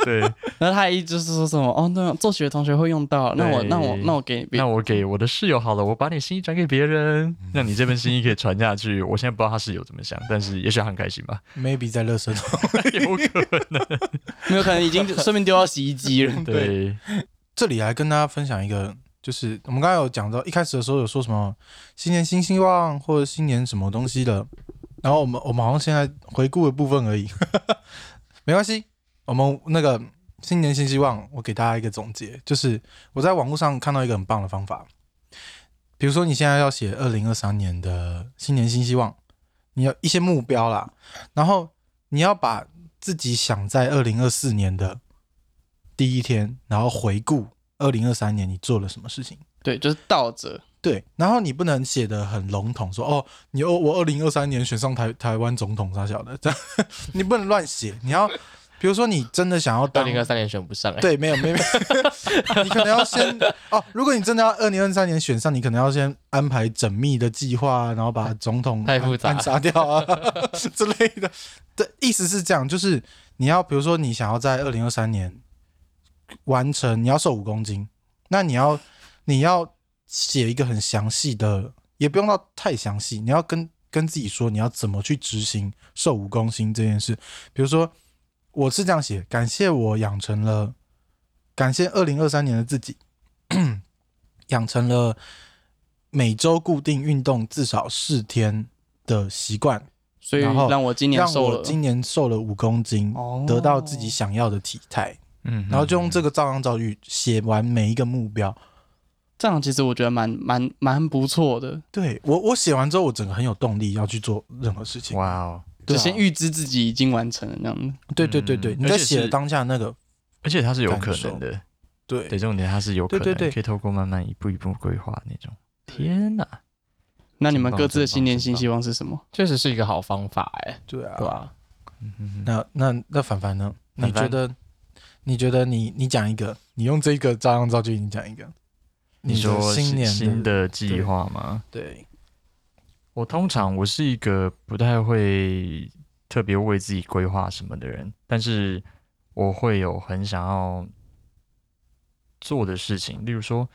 S3: 对，
S4: 然后他一就是说什么哦，那作曲的同学会用到，那我
S3: 对
S4: 那我那我给你别
S3: 那我给我的室友好了，我把你心意转给别人，
S2: 嗯
S3: 让你这份心意可以传下去。我现在不知道他室友怎么想，但是也许他很开心
S2: [laughs]
S3: 吧，
S2: Maybe 在乐圾桶。
S3: 有可能。
S4: 没有可能
S2: [laughs]
S4: 已经顺便丢到洗衣机了。 [laughs]
S3: 对，
S2: 这里来跟大家分享一个，就是我们刚刚有讲到，一开始的时候有说什么新年新希望或者新年什么东西的，然后我们我们好像现在回顾的部分而已， [laughs] 没关系。我们那个新年新希望，我给大家一个总结，就是我在网络上看到一个很棒的方法，比如说你现在要写二零二三年的新年新希望，你要一些目标啦，然后你要把自己想在二零二四年的第一天，然后回顾二零二三年你做了什么事情。
S4: 对，就是倒着，
S2: 对，然后你不能写的很笼统，说哦，你哦，我二零二三年选上台台湾总统啥小的，这样 [laughs] 你不能乱写，你要比如说你真的想要
S1: 二
S2: 当
S1: 零二三年选不上、欸，
S2: 对，没有没 [laughs] 有，没有你可能要先哦。如果你真的要二零二三年选上，你可能要先安排缜密的计划啊，然后把总统
S1: 太
S2: 暗
S1: 复杂
S2: [laughs] 暗杀掉啊之类的。的意思是这样，就是你要比如说你想要在二零二三年完成，你要瘦五公斤，那你要你要写一个很详细的，也不用到太详细，你要跟跟自己说你要怎么去执行瘦五公斤这件事。比如说，我是这样写：感谢我养成了，感谢二零二三年的自己， [clears throat] 养成了每周固定运动至少四天的习惯，
S4: 所以
S2: 然后
S4: 让我今年
S2: 让
S4: 瘦
S2: 我
S4: 了。
S2: 今年瘦了五公斤，
S4: 哦
S2: 得到自己想要的体态。
S1: 嗯，
S2: 然后就用这个照样造句写完每一个目标。
S4: 这样，其实我觉得蛮蛮蛮不错的，
S2: 对我，我写完之后，我整个很有动力要去做任何事情。
S3: 哇哦！
S2: 对
S4: 就
S2: 啊
S4: 先预知自己已经完成了这样的。
S2: 对对对对，
S3: 嗯
S2: 你
S3: 而
S2: 在
S3: 且
S2: 写
S3: 是
S2: 当下那个，
S3: 而且它是有
S2: 感
S3: 可
S2: 受
S3: 能的，
S2: 对
S3: 对，重点它是有可能，
S2: 对对对
S3: 可以透过慢慢一步一步规划那种。天哪！
S4: 那你们
S3: 真棒
S4: 各自的
S3: 真棒
S4: 新年
S3: 真
S4: 新
S3: 棒
S4: 希望是什么？
S1: 确实是一个好方法、欸，哎，
S2: 对啊
S1: 对吧？
S3: 嗯
S2: 那那那凡凡呢？你
S3: 凡凡
S2: 觉得？你觉得你你讲一个，你用这个照样造句，你讲一个。
S3: 你
S2: 的
S3: 说
S2: 新年
S3: 新
S2: 的
S3: 的计划吗？
S2: 对，
S3: 我通常我是一个不太会特别为自己规划什么的人，但是我会有很想要做的事情，例如说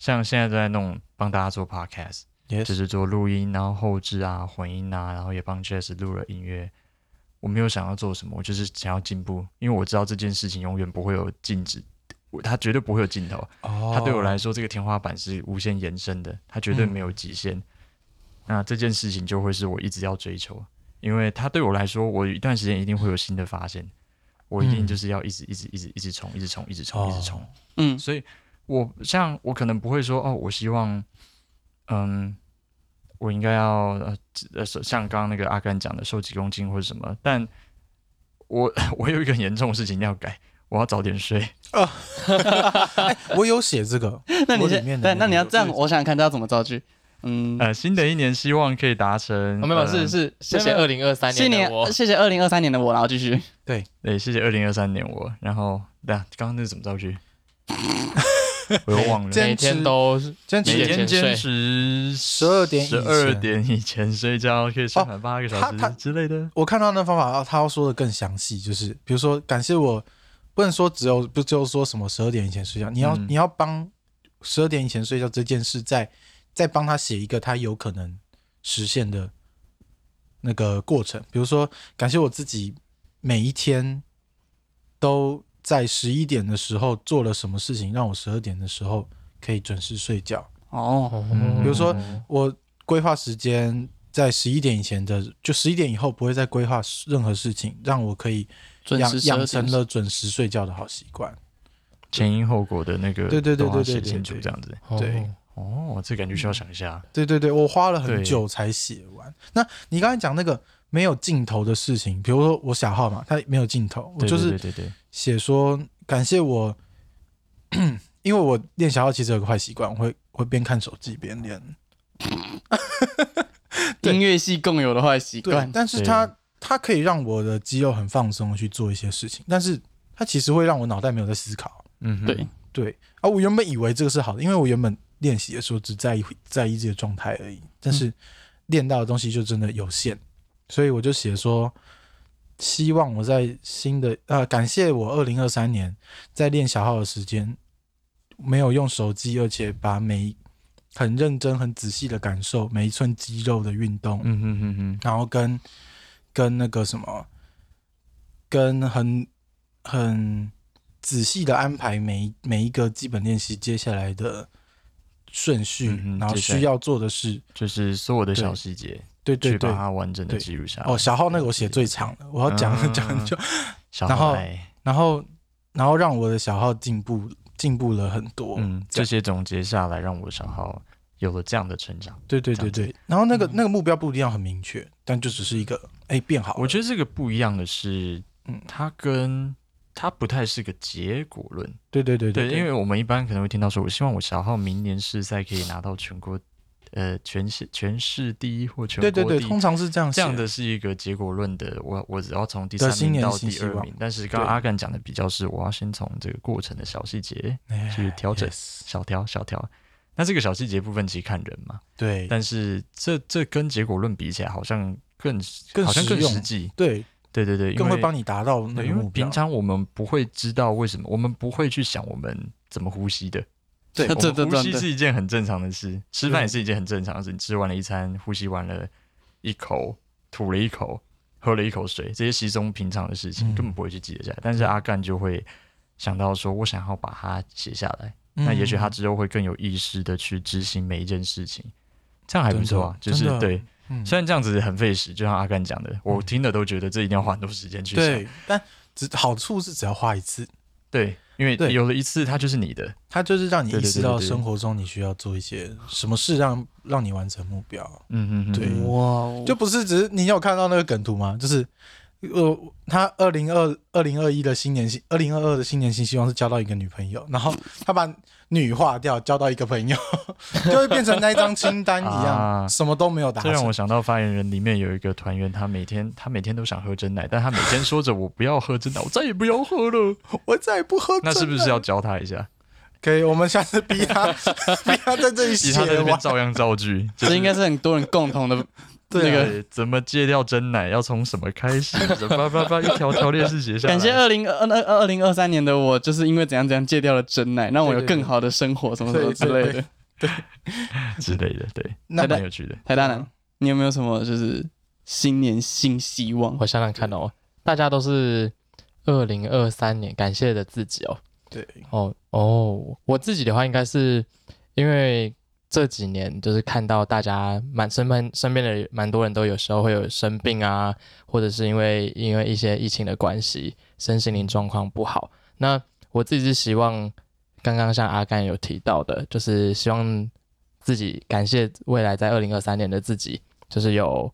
S3: 像现在都在弄帮大家做 podcast，
S2: 也
S3: 就是是做录音，然后后置啊、混音啊，然后也帮 Jazz 录了音乐。我没有想要做什么，我就是想要进步，因为我知道这件事情永远不会有静止，我它绝对不会有尽头。
S2: 哦
S3: 它对我来说，这个天花板是无限延伸的，它绝对没有极限。那这件事情就会是我一直要追求，因为它对我来说，我一段时间一定会有新的发现，我一定就是要一直一直一直一直冲，一直冲，一直冲，一直冲。
S4: 嗯，
S3: 所以我像我可能不会说哦，我希望，嗯，我应该要呃呃，像刚刚那个阿甘讲的，瘦几公斤或者什么，但我 [laughs] 我有一个很严重的事情要改，我要早点睡。
S2: 我有写这个，
S4: 那你
S2: 我
S4: 先
S2: 里面，的
S4: 对，那你要
S2: 个
S4: 这样，我想看他要怎么造句。嗯，
S3: 呃，新的一年希望可以达成，
S1: 哦，没有，
S3: 呃
S1: 是
S2: 嗯
S1: 是，谢谢
S4: 没有
S1: 二零二三
S4: 谢谢
S1: 年的
S4: 你
S1: 我，
S4: 谢谢二零二三年的我，然后继续。
S3: 对，谢谢二零二三年我。然后，对啊，刚刚那是怎么造句？
S1: [laughs]
S3: 我又忘了。
S2: 坚
S1: 每
S2: 持
S1: 天都是
S2: 今
S1: 每
S2: 天
S3: 每
S1: 天
S3: 天坚
S1: 睡
S3: 持
S2: 12点以
S3: 十
S2: 前哦
S3: 二点以前睡觉，可以睡满八个小
S2: 他他
S3: 时之类的。
S2: 我看到那方法，他要说的更详细，就是比如说感谢我，不能说只有不就是说什么十二点以前睡觉，你要、
S3: 嗯
S2: 你要帮十二点以前睡觉这件事再再帮他写一个他有可能实现的那个过程，比如说感谢我自己每一天都在十一点的时候做了什么事情，让我十二点的时候可以准时睡觉。
S4: 哦，
S1: 嗯
S2: 比如说我规划时间在十一点以前的，就十一点以后不会再规划任何事情，让我可以
S4: 准
S2: 养
S4: 时12
S2: 养
S4: 点
S2: 成了准时睡觉的好习惯。
S3: 前因后果的那个
S2: 对对对
S3: 都要
S2: 对对
S3: 写
S2: 对
S3: 清楚，
S2: 对嗯
S3: 这样子。
S2: 对
S3: 哦，这感觉需要想一下。
S2: 对对对，我花了很
S3: 对
S2: 久才写
S3: 嗯
S2: 完。那你刚才讲那个没有尽头的事情，比如说我小号嘛，它没有尽头，我
S3: 对
S2: 就是
S3: 对对对对，
S2: 写说感谢我， [clears throat] 因为我练小号其实有个坏习惯，我会会边看手机边练。对
S4: 音乐系共有的坏习
S2: 对
S4: 惯，。
S2: 但是
S3: 对
S2: 它它可以让我的肌肉很放松地去做一些事情，但是它其实会让我脑袋没有在思考。
S3: 嗯哼，
S4: 对，
S2: 对啊，我原本以为这个是好的，因为我原本练习的时候只在意在意自己的状态而已，但是练到的东西就真的有限，所以我就写说，希望我在新的呃，感谢我二零二三年在练小号的时间没有用手机，而且把每一很认真、很仔细的感受每一寸肌肉的运动，
S3: 嗯哼哼哼，
S2: 然后跟跟那个什么，跟很很仔细的安排每一每一个基本练习接下来的顺序，
S3: 嗯嗯
S2: 然后
S3: 接下来
S2: 需要做的事，
S3: 就是所有的
S2: 对
S3: 小细节，
S2: 对对
S3: 去
S2: 对
S3: 把。它完整的
S2: 对
S3: 记录下来。
S2: 哦，小号那个我写最长的，我要讲、 [laughs]
S3: 嗯
S2: 讲很久，
S3: 小
S2: 然后
S3: 孩
S2: 然后然后让我的小号进步进步了很多，
S3: 嗯，
S2: 这
S3: 这
S2: 样
S3: 些总结下来，让我小号有了这样的成长。
S2: 对对
S3: 这
S2: 对
S3: 样子
S2: 对，然后那个、
S3: 嗯
S2: 那个目标不一定要很明确，但就只是一个哎变好了，
S3: 我觉得这个不一样的是，
S2: 嗯
S3: 它跟它不太是个结果论。
S2: 对对对
S3: 对，
S2: 对，
S3: 因为我们一般可能会听到说，我希望我小号明年世赛可以拿到全国，呃，全市全市第一或全
S2: 对
S3: 国
S2: 对对，
S3: 第一
S2: 通常是这样
S3: 这样
S2: 写
S3: 的是一个结果论的，我我只要从第
S2: 的
S3: 三
S2: 新
S3: 名
S2: 年
S3: 到
S2: 新
S3: 第
S2: 希
S3: 二
S2: 望
S3: 名，但是刚刚
S2: 对
S3: 阿甘讲的比较是，我要先从这个过程的小细节
S2: 哎
S3: 去调整
S2: yes
S3: 小调小调。那这个小细节部分其实看人嘛，
S2: 对
S3: 但是这这跟结果论比起来，好像更
S2: 更
S3: 好像更
S2: 实用
S3: 实际。
S2: 对，
S3: 对对对，因
S2: 更会
S3: 为
S2: 帮你达到那个
S3: 对，因为
S2: 目标
S3: 平。常我们不会知道为什么，我们不会去想我们怎么呼 [laughs] 吸的。
S2: 对
S3: 我
S4: 对对
S3: 们呼
S4: 对
S3: 吸
S4: 对
S3: 是一件很正常的事，吃饭也是一件很正常的事。你吃完了一餐，呼吸完了一口，吐了一口，喝了一口水，这些稀松平常的事情
S2: 嗯
S3: 根本不会去记得下来。但是阿干就会想到说，我想要把它写下来，
S2: 嗯
S3: 那也许他之后会更有意识的去执行每一件事情，这样还不错啊。
S2: 真的
S3: 就是
S2: 真的
S3: 对，
S2: 嗯
S3: 虽然这样子很费时，就像阿干讲的，我听了都觉得这一定要花很多时间去想。
S2: 对，但只好处是只要花一次，
S3: 对，因为
S2: 对
S3: 有了一次，它就是你的。
S2: 它就是让你
S3: 对
S2: 意
S3: 对
S2: 识
S3: 对
S2: 到
S3: 对对
S2: 生活中你需要做一些什么事让让你完成目标。
S3: 嗯嗯嗯，
S2: 对
S4: 哇哦，
S2: 就不是只是你有看到那个梗图吗？就是呃，他二零二二零二一的新年新二零二二的新年新希望是交到一个女朋友，然后他把女化掉，交到一个朋友， [laughs] 就会变成那一张清单一样，
S3: 啊
S2: 什么都没有达
S3: 这让
S2: 成
S3: 我。想到发言人里面有一个团员，他每天他每天都想喝真奶，但他每天说着我不要喝真奶，我再也不要
S2: [laughs]
S3: 喝了。
S2: 我再也不喝真
S3: 那
S2: 的。
S3: 是不是要教他一下？
S2: 可以？我们下次逼 [laughs] 他，逼他在这里
S3: 其
S2: 写
S3: 实他在那边
S2: 完。
S3: 照样
S2: [laughs]
S3: 造句，就
S4: 这
S3: 是
S4: 应该是很多人共同的那
S2: 啊
S4: 个。
S3: 对怎么戒掉真奶，要从什么开
S2: [laughs]
S3: 始，怎么叭叭叭一条条列式
S2: 啊
S3: 写下来。
S4: 感谢二零二二二零二三年的我，就是因为怎样怎样戒掉了真奶，让我有
S2: 对对
S4: 更好的生活，什么什么之
S2: 对
S4: 类
S2: 对
S4: 的。
S3: 之类的，对，
S2: 那
S3: 蛮有趣的。
S4: 台大
S2: 啊
S4: 男，你有没有什么就是新年新希望？
S1: 我想想看哦，大家都是二零二三年感谢的自己哦。
S2: 对，
S1: 哦哦，我自己的话应该是因为这几年就是看到大家蛮身边身边的蛮多人都有时候会有生病啊，或者是因为因为一些疫情的关系，身心灵状况不好。那我自己是希望，刚刚像阿甘有提到的，就是希望自己感谢未来在二零二三年的自己，就是有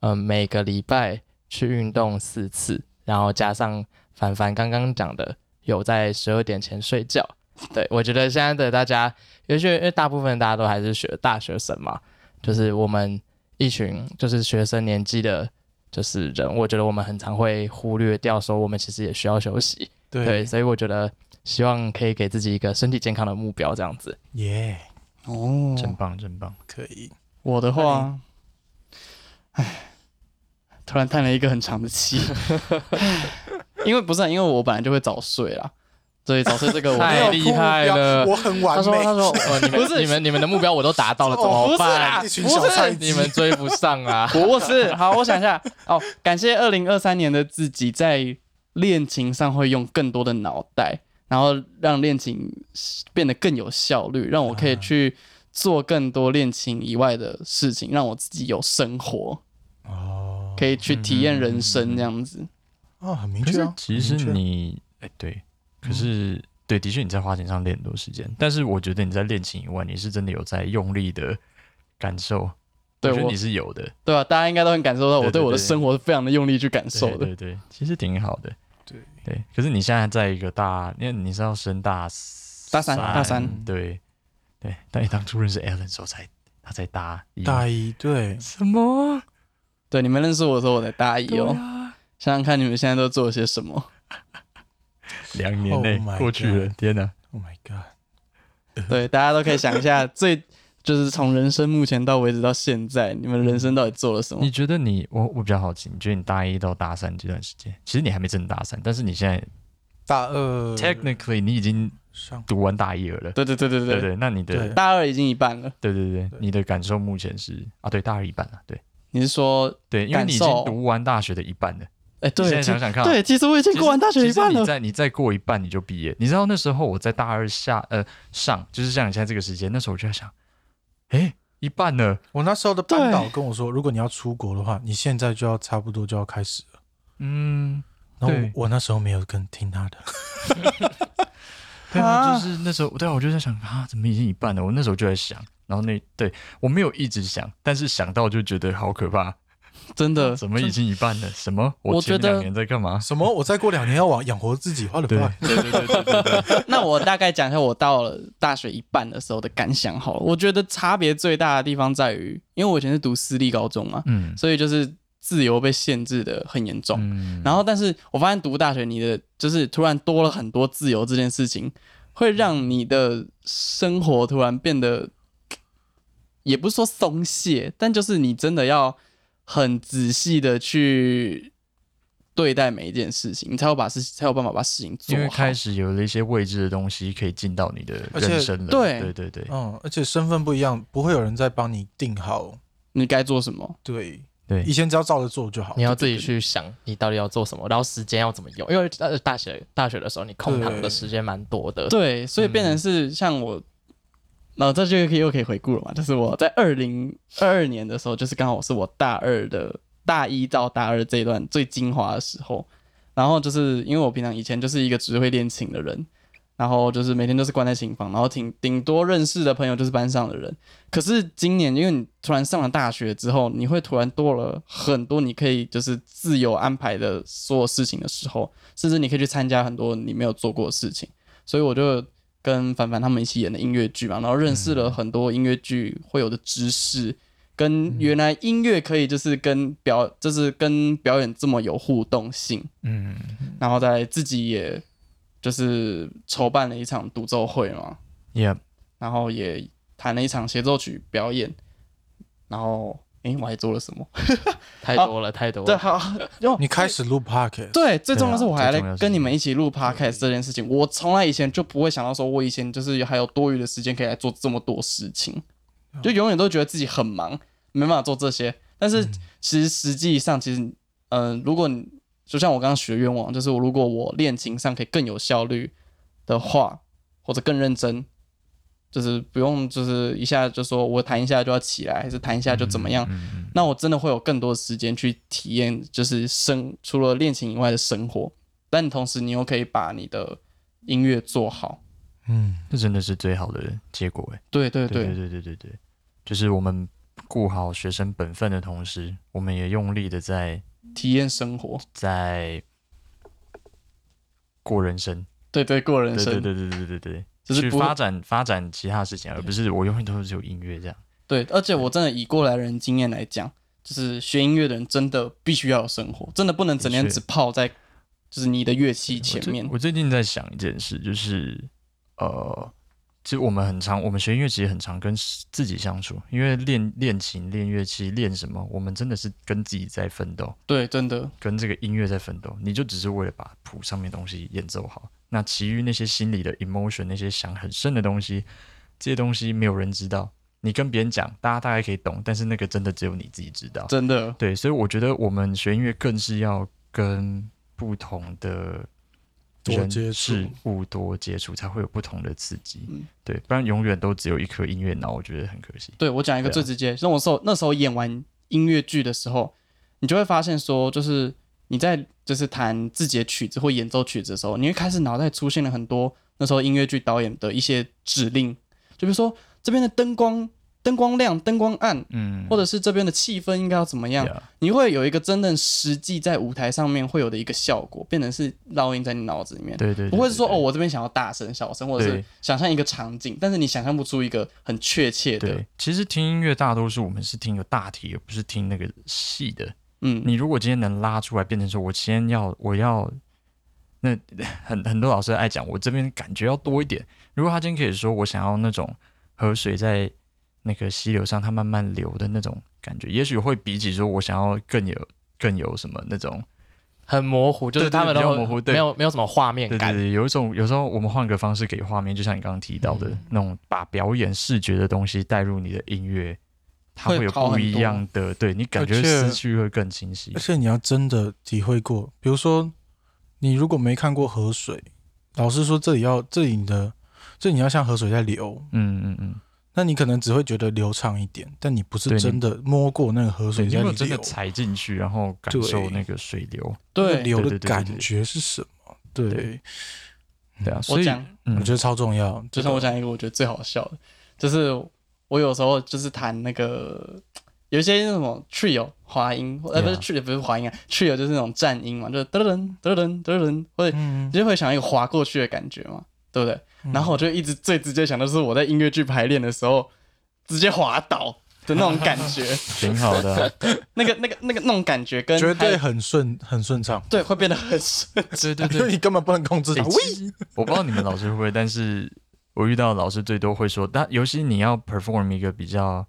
S1: 呃每个礼拜去运动四次，然后加上凡凡刚刚讲的有在十二点前睡觉。对我觉得现在的大家，尤其因为大部分大家都还是学大学生嘛，就是我们一群就是学生年纪的，就是人，我觉得我们很常会忽略掉说我们其实也需要休息。对，
S2: 对，
S1: 所以我觉得希望可以给自己一个身体健康的目标，这样子。
S2: 耶，
S4: 哦
S3: 真棒，真棒！
S2: 可以。
S4: 我的话，唉，突然叹了一个很长的气，
S2: [laughs]
S4: [laughs] 因为不是啊，因为我本来就会早睡啦，所以早睡这个
S2: [laughs]
S4: 我
S1: 太
S2: 没有
S1: 厉害了
S2: 目标我很完
S1: 他说：“
S2: 美。
S1: 他说，呃，你们你们你们的目标我都达到了，怎
S2: 哦
S1: 么
S4: 不是
S1: 办？
S4: 啦！
S2: 一群小菜鸡
S1: 你们追不上啊
S4: 我我是好，我想一下哦，感谢二零二三年的自己在恋情上会用更多的脑袋，然后让恋情变得更有效率，让我可
S3: 啊
S4: 以去做更多恋情以外的事情，让我自己有生活，
S2: 哦
S4: 可以去体验人
S3: 嗯
S4: 生这样子。
S2: 哦，很明
S3: 可
S2: 确
S3: 是
S2: 啊。
S3: 其实
S2: 很明确嗯
S3: 你，哎、对，可是、对，的确你在花钱上练很多时间，但是我觉得你在练琴以外，你是真的有在用力的感受，
S4: 对
S3: 我觉得
S4: 我
S3: 你是有的，
S4: 对啊吧？大家应该都能感受到我
S3: 对对
S4: 对我的
S3: 对
S4: 生活是非常的用力去感受
S3: 对
S4: 的。
S3: 对对，其实挺好的，
S2: 对
S3: 对。可是你现在在一个大，因为你是要升大
S4: 大三大
S2: 三
S3: 对对，但你当初认识 Alan 的时候才他才大一，
S2: 大一对，
S3: 什么？
S4: 对，你们认识我的时候，我才大一
S3: 对
S4: 哦。
S3: 啊，
S4: 想想看，你们现在都做了些什么？
S3: 两年
S2: Oh
S3: 内
S2: my
S3: 过去了，
S2: God
S3: 天哪！
S2: Oh my god！
S3: [laughs]
S4: 对，大家都可以想一下，最就是从人生目前到为止到现在，你们人生到底做了什么
S3: 你？觉得你我我比较好奇，你觉得你大一到大三这段时间，其实你还没真的大三，但是你现在、
S2: 大二
S3: technically 你已经
S2: 上
S3: 读完大一了了，
S4: 对对对对
S3: 对
S4: 对，
S3: 对，那你的
S2: 对
S4: 大二已经一半了。
S3: 对对对
S2: 对
S3: 你的感受目前是啊，对，大二一半了，对
S4: 你是说，
S3: 对，因为你已经
S4: 感受
S3: 读完大学的一半了，
S4: 哎，
S3: 你现
S4: 对，
S3: 在
S4: 其
S3: 想想看、啊，
S4: 对，其实我已经
S3: 其实
S4: 过完大学一半
S3: 其实你
S4: 了。
S3: 再你再过一半你就毕业。你知道那时候我在大二下呃上，就是像你现在这个时间，那时候我就在想，哎，一半了，
S2: 我那时候的班导
S4: 对
S2: 跟我说，如果你要出国的话，你现在就要差不多就要开始了。
S3: 嗯，
S2: 然后
S3: 对
S2: 我我那时候没有跟听他 [laughs] 的，
S3: 对啊，
S4: 啊
S3: 就是那时候，对啊，我就在想啊，怎么已经一半了？我那时候就在想，然后那对我没有一直想，但是想到就觉得好可怕，
S4: 真的，
S3: 怎么已经一半了？什么？
S4: 我
S3: 前
S4: 觉得
S3: 两年在干嘛？
S2: 什么？我再过两年要往养活自己，花了
S3: 对
S2: 吧？
S3: 对对对对对对，
S4: [laughs] 那我大概讲一下我到了大学一半的时候的感想好了。我觉得差别最大的地方在于，因为我以前是读私立高中嘛，
S3: 嗯
S4: 所以就是自由被限制的很严重。
S3: 嗯，
S4: 然后，但是我发现读大学，你的就是突然多了很多自由这件事情，会让你的生活突然变得，也不是说松懈，但就是你真的要很仔细的去对待每一件事情，你才有把事才有办法把事情做
S3: 因为
S4: 好
S3: 开。始有了一些未知的东西可以进到你的
S2: 而且
S3: 人生了，
S4: 对哦
S3: 对对对
S2: 嗯，而且身份不一样，不会有人再帮你定好。
S4: 你该做什么？
S2: 对，
S3: 对
S2: 以前只要照着做就
S3: 哦
S2: 好
S1: 你。要自己去想你到底要做什么，然后时间要怎么用，因为呃大学大学的时候你空堂的时间蛮多的，
S4: 对，所以变成是像我，然后这就可以又可以回顾了嘛，就是我在二零二二年的时候，就是刚好是我大二的大一到大二这一段最精华的时候，然后就是因为我平常以前就是一个只会练琴的人。然后就是每天都是关在琴房，然后挺顶多认识的朋友就是班上的人。可是今年，因为你突然上了大学之后，你会突然多了很多你可以就是自由安排的所有事情的时候，甚至你可以去参加很多你没有做过的事情。所以我就跟凡凡他们一起演的音乐剧嘛，然后认识了很多音乐剧会有的知识，跟原来音乐可以就是跟表，就是跟表演这么有互动性，
S2: 嗯，
S4: 然后再自己也就是筹办了一场独奏会嘛，
S3: ，Yeah，
S4: 然后也弹了一场协奏曲表演，然后诶，我还做了什么？
S1: 太多了太多
S4: 对，
S1: 了。
S4: 好，哟
S2: [laughs] 你开始录 podcast，
S4: 对，最重要的是
S3: 对啊
S4: 我还
S3: 最
S4: 来
S3: 重要的是嗯
S4: 跟你们一起录 podcast 这件事情，我从来以前就不会想到说，我以前就是还有多余的时间可以来做这么多事情，就永远都觉得自己很忙，没办法做这些。但是
S3: 嗯
S4: 其实实际上，其实嗯、呃如果你就像我刚刚许的愿望，就是我如果我练琴上可以更有效率的话，或者更认真，就是不用就是一下就说我弹一下就要起来，还是弹一下就怎么
S3: 嗯
S4: 样，那我真的会有更多的时间去体验，就是生除了练琴以外的生活，但同时你又可以把你的音乐做好。
S2: 嗯，
S3: 这真的是最好的结果哎。
S4: 对对对，
S3: 对对对对对对，就是我们顾好学生本分的同时，我们也用力的在
S4: 体验生活，
S3: 在过人生。
S4: 对对过人
S3: 对
S4: 生，
S3: 对对对对对对，
S4: 就是
S3: 去
S4: 不会
S3: 发展发展其他事情，而不是我永远都是只有音乐这样。
S4: 对，而且我真的以过来人经验来讲，就是学音乐的人真的必须要有生活，真的不能整天
S3: 的确
S4: 只泡在就是你的乐器前面
S3: 我最。我最近在想一件事，就是呃，其实我们很常，我们学音乐其实很常跟自己相处，因为练练琴、练乐器、练什么，我们真的是跟自己在奋斗。
S4: 对，真的，
S3: 跟这个音乐在奋斗，你就只是为了把谱上面的东西演奏好。那其余那些心里的 emotion，那些想很深的东西，这些东西没有人知道。你跟别人讲，大家大概可以懂，但是那个真的只有你自己知道。
S4: 真的，
S3: 对，所以我觉得我们学音乐更是要跟不同的
S2: 多
S3: 人
S2: 接触
S3: 事物多接触，才会有不同的刺激。
S4: 嗯
S3: 对，不然永远都只有一颗音乐脑，我觉得很可惜。
S4: 对我讲一个
S3: 对啊
S4: 最直接，像我时候那时候演完音乐剧的时候，你就会发现说，就是你在就是弹自己的曲子或演奏曲子的时候，你会开始脑袋出现了很多那时候音乐剧导演的一些指令，就比如说这边的灯光、灯光亮、灯光暗，
S3: 嗯，
S4: 或者是这边的气氛应该要怎么样
S3: Yeah
S4: 你会有一个真正实际在舞台上面会有的一个效果，变成是烙印在你脑子里面。
S3: 对对对，
S4: 不会是说
S3: 对
S4: 哦，，我这边想要大声、小声，或者是
S3: 对
S4: 想象一个场景，但是你想象不出一个很确切的
S3: 对，，其实听音乐大多数我们是听个大题，而不是听那个细的。
S4: 嗯，
S3: 你如果今天能拉出来，变成说我今天要我要，那 [laughs] 很很多老师爱讲，我这边感觉要多一点。如果他今天可以说我想要那种河水在那个溪流上它慢慢流的那种感觉，也许会比起说我想要更有更有什么那种，
S1: 很模糊，就是
S3: 对对
S1: 他们都
S3: 比较模糊对
S1: 没有没有什么画面
S3: 对对
S1: 感，
S3: 对，有一种有时候我们换个方式给画面，就像你刚刚提到
S2: 嗯
S3: 的、那种把表演视觉的东西带入你的音乐。它
S4: 会
S3: 会有
S4: 好
S3: 不
S4: 很
S3: 一
S4: 多
S3: 样的，对你感
S2: 而
S3: 觉
S2: 且
S3: 思绪会更清晰
S2: 而。且你要真的体会过，比如说你如果没看过河水，老师说这里要这里你的这里你要像河水在流，
S3: 嗯嗯嗯，
S2: 那你可能只会觉得流畅一点，但你不是
S3: 对你
S2: 真的摸过那个河
S3: 对，
S2: 水
S3: 你
S2: 在
S3: 有没
S2: 流，
S3: 有真的踩进去，然后感受
S2: 对
S3: 那个水流？
S2: 那
S4: 对
S2: 个，流
S3: 对对
S2: 的
S3: 对
S2: 感
S3: 对对
S2: 觉是什么？对，
S3: 对对啊，所
S4: 我
S3: 以
S4: 讲，
S3: 嗯
S2: 我觉得超重要。这
S4: 就像
S2: 个
S4: 我讲一个我觉得最好笑的，就是我有时候就是弹那个有一些那种 trio 滑音，呃，不是 trio 不是滑音啊，trio 就是那种战音嘛，就是噔噔噔噔噔噔，会
S2: 嗯，
S4: 就会想要一个滑过去的感觉嘛，对不对？然后我就一直最直接想到是我在音乐剧排练的时候直接滑倒的那种感觉，
S3: 挺好 [laughs] 的，啊
S4: 那个那个那个那种感觉跟
S2: 绝对
S4: 还
S2: 很顺很顺畅，
S4: 对会变得很顺。
S3: 对对
S2: 因为
S3: 对。
S2: [laughs] 你根本不能控制它。
S3: 诶
S2: 喂，
S3: 哎其实我不知道你们老师会不会，但是我遇到的老师最多会说，但尤其你要 perform 一个比较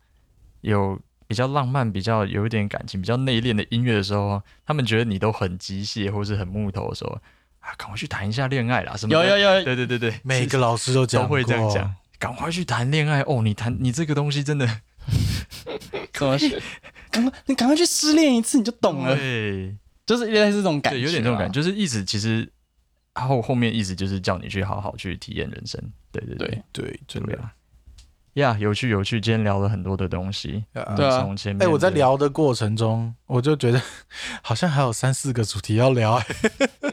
S3: 有比较浪漫、比较有一点感情、比较内敛的音乐的时候，他们觉得你都很机械或是很木头的时候，啊，赶快去谈一下恋爱啦什么
S4: 有
S3: 的。
S4: 有有，
S3: 对对对对，
S2: 每个老师都讲
S3: 都会这样
S2: 过
S3: 讲，，赶快去谈恋爱哦！你谈你这个东西真的
S4: 怎么是？赶快你赶快去失恋一次你就懂了，
S3: 对，
S4: 就是类似这种感
S3: 对，
S4: 觉啊，
S3: 有点这种感
S4: [laughs]
S3: 觉，就是意思其实后后面意思就是叫你去好好去体验人生，对对
S4: 对
S2: 对，真
S3: 对
S2: 的。
S3: 啊，呀，有趣有趣，今天聊了很多的东西，
S2: 啊
S4: 对啊
S3: 从前面
S2: 哎、
S3: 的
S2: 我在，聊的过程中，我就觉得 [laughs] 好像还有三四个主题要聊、哎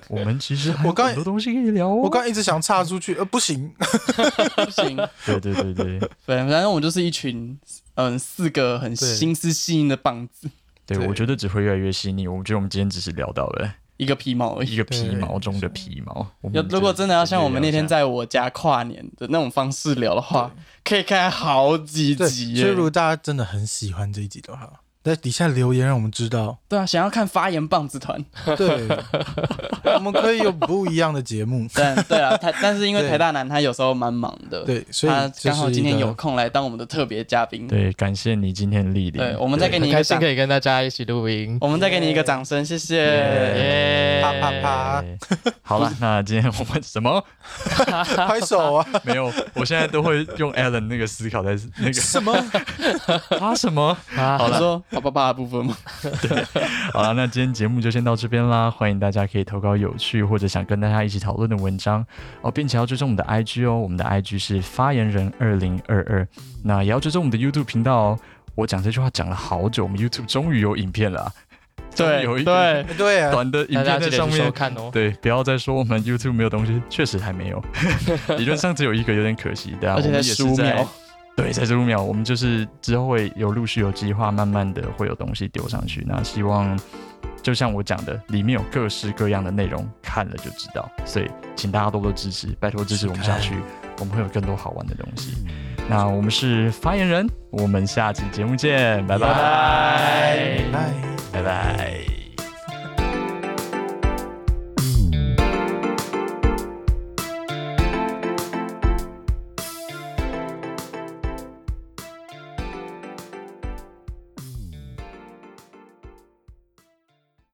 S3: [laughs] 我们其实还有
S2: 我刚
S3: 很多东西可以聊哦，
S2: 我刚一直想岔出去，呃，不行，
S4: 不行。
S3: 对对对对
S4: 对，反正我们就是一群嗯四个很
S2: 对
S4: 心思细腻的棒子，
S3: 对，
S2: 对
S3: 我觉得只会越来越细腻，我觉得我们今天只是聊到了
S4: 一个皮毛而已。
S3: 一个皮
S2: 对
S3: 毛中的皮毛，我们
S4: 哎要
S3: 只
S4: 如果真的要像我们那天
S3: 只是
S4: 在我家跨年的那种方式聊的话，可以开好几
S2: 对，
S4: 集
S2: 所以
S4: 耶
S2: 如。果大家真的很喜欢这一集的话，在底下留言让我们知道，
S4: [laughs] 对啊，想要看发言棒子团，
S2: 对，我们可以有不一样的节目，
S4: 但对啊，台但是因为
S2: 对
S4: 台大男他有时候蛮忙的，
S2: 对，所以
S4: 他
S2: 这
S4: 刚好
S2: 是一
S4: 今天
S2: 个
S4: 有空来当我们的特别嘉宾。
S3: 聊一下对，感谢你今天的莅临，
S4: 对，我们再给
S1: 很
S4: 你一
S1: 开
S4: 个
S1: 心
S4: 掌
S1: 可，以跟大家一起录音，
S4: 我们再给你一个掌声，谢
S3: 耶
S4: 谢。
S1: 耶！
S2: 啪啪啪，
S3: 对好了，那今天我们什么
S2: 拍手啊，
S4: [laughs]
S3: 没有？我现在都会用 Alan 那个思考在那个
S2: 什么？
S3: 啊什么？
S1: 好
S4: 你
S1: 了，
S4: 说啪啪啪的部分吗？
S3: [laughs] 好了，那今天节目就先到这边啦。欢迎大家可以投稿有趣或者想跟大家一起讨论的文章哦，并且要追踪我们的 IG 哦，我们的 IG 是发言人二零二二。那也要追踪我们的 YouTube 频道哦。我讲这句话讲了好久，我们 YouTube 终于有影片了啊、终于
S4: 对
S3: 有一个
S4: 对，
S2: 对啊，
S3: 短的影
S1: 呃大家
S3: 片
S1: 记得
S3: 在上
S1: 去收
S3: 面。
S1: 看哦。
S3: 对，不要再说我们 YouTube 没有东西，确实还没
S4: [laughs]
S3: 有，理论上只有一个，有点可惜。但
S4: 而且
S3: 我们也
S4: 十
S3: 是
S4: 五
S3: 在
S4: 秒，
S3: 对，在这五秒，我们就是之后会有陆续有计划，慢慢的会有东西丢上去。那希望就像我讲的，里面有各式各样的内容，看了就知道。所以请大家多多支持，拜托支持我们下去，我们会有更多好玩的东西。
S4: 嗯
S3: 那我们是发言人，我们下期节目见，拜拜
S2: 拜。
S3: 拜拜。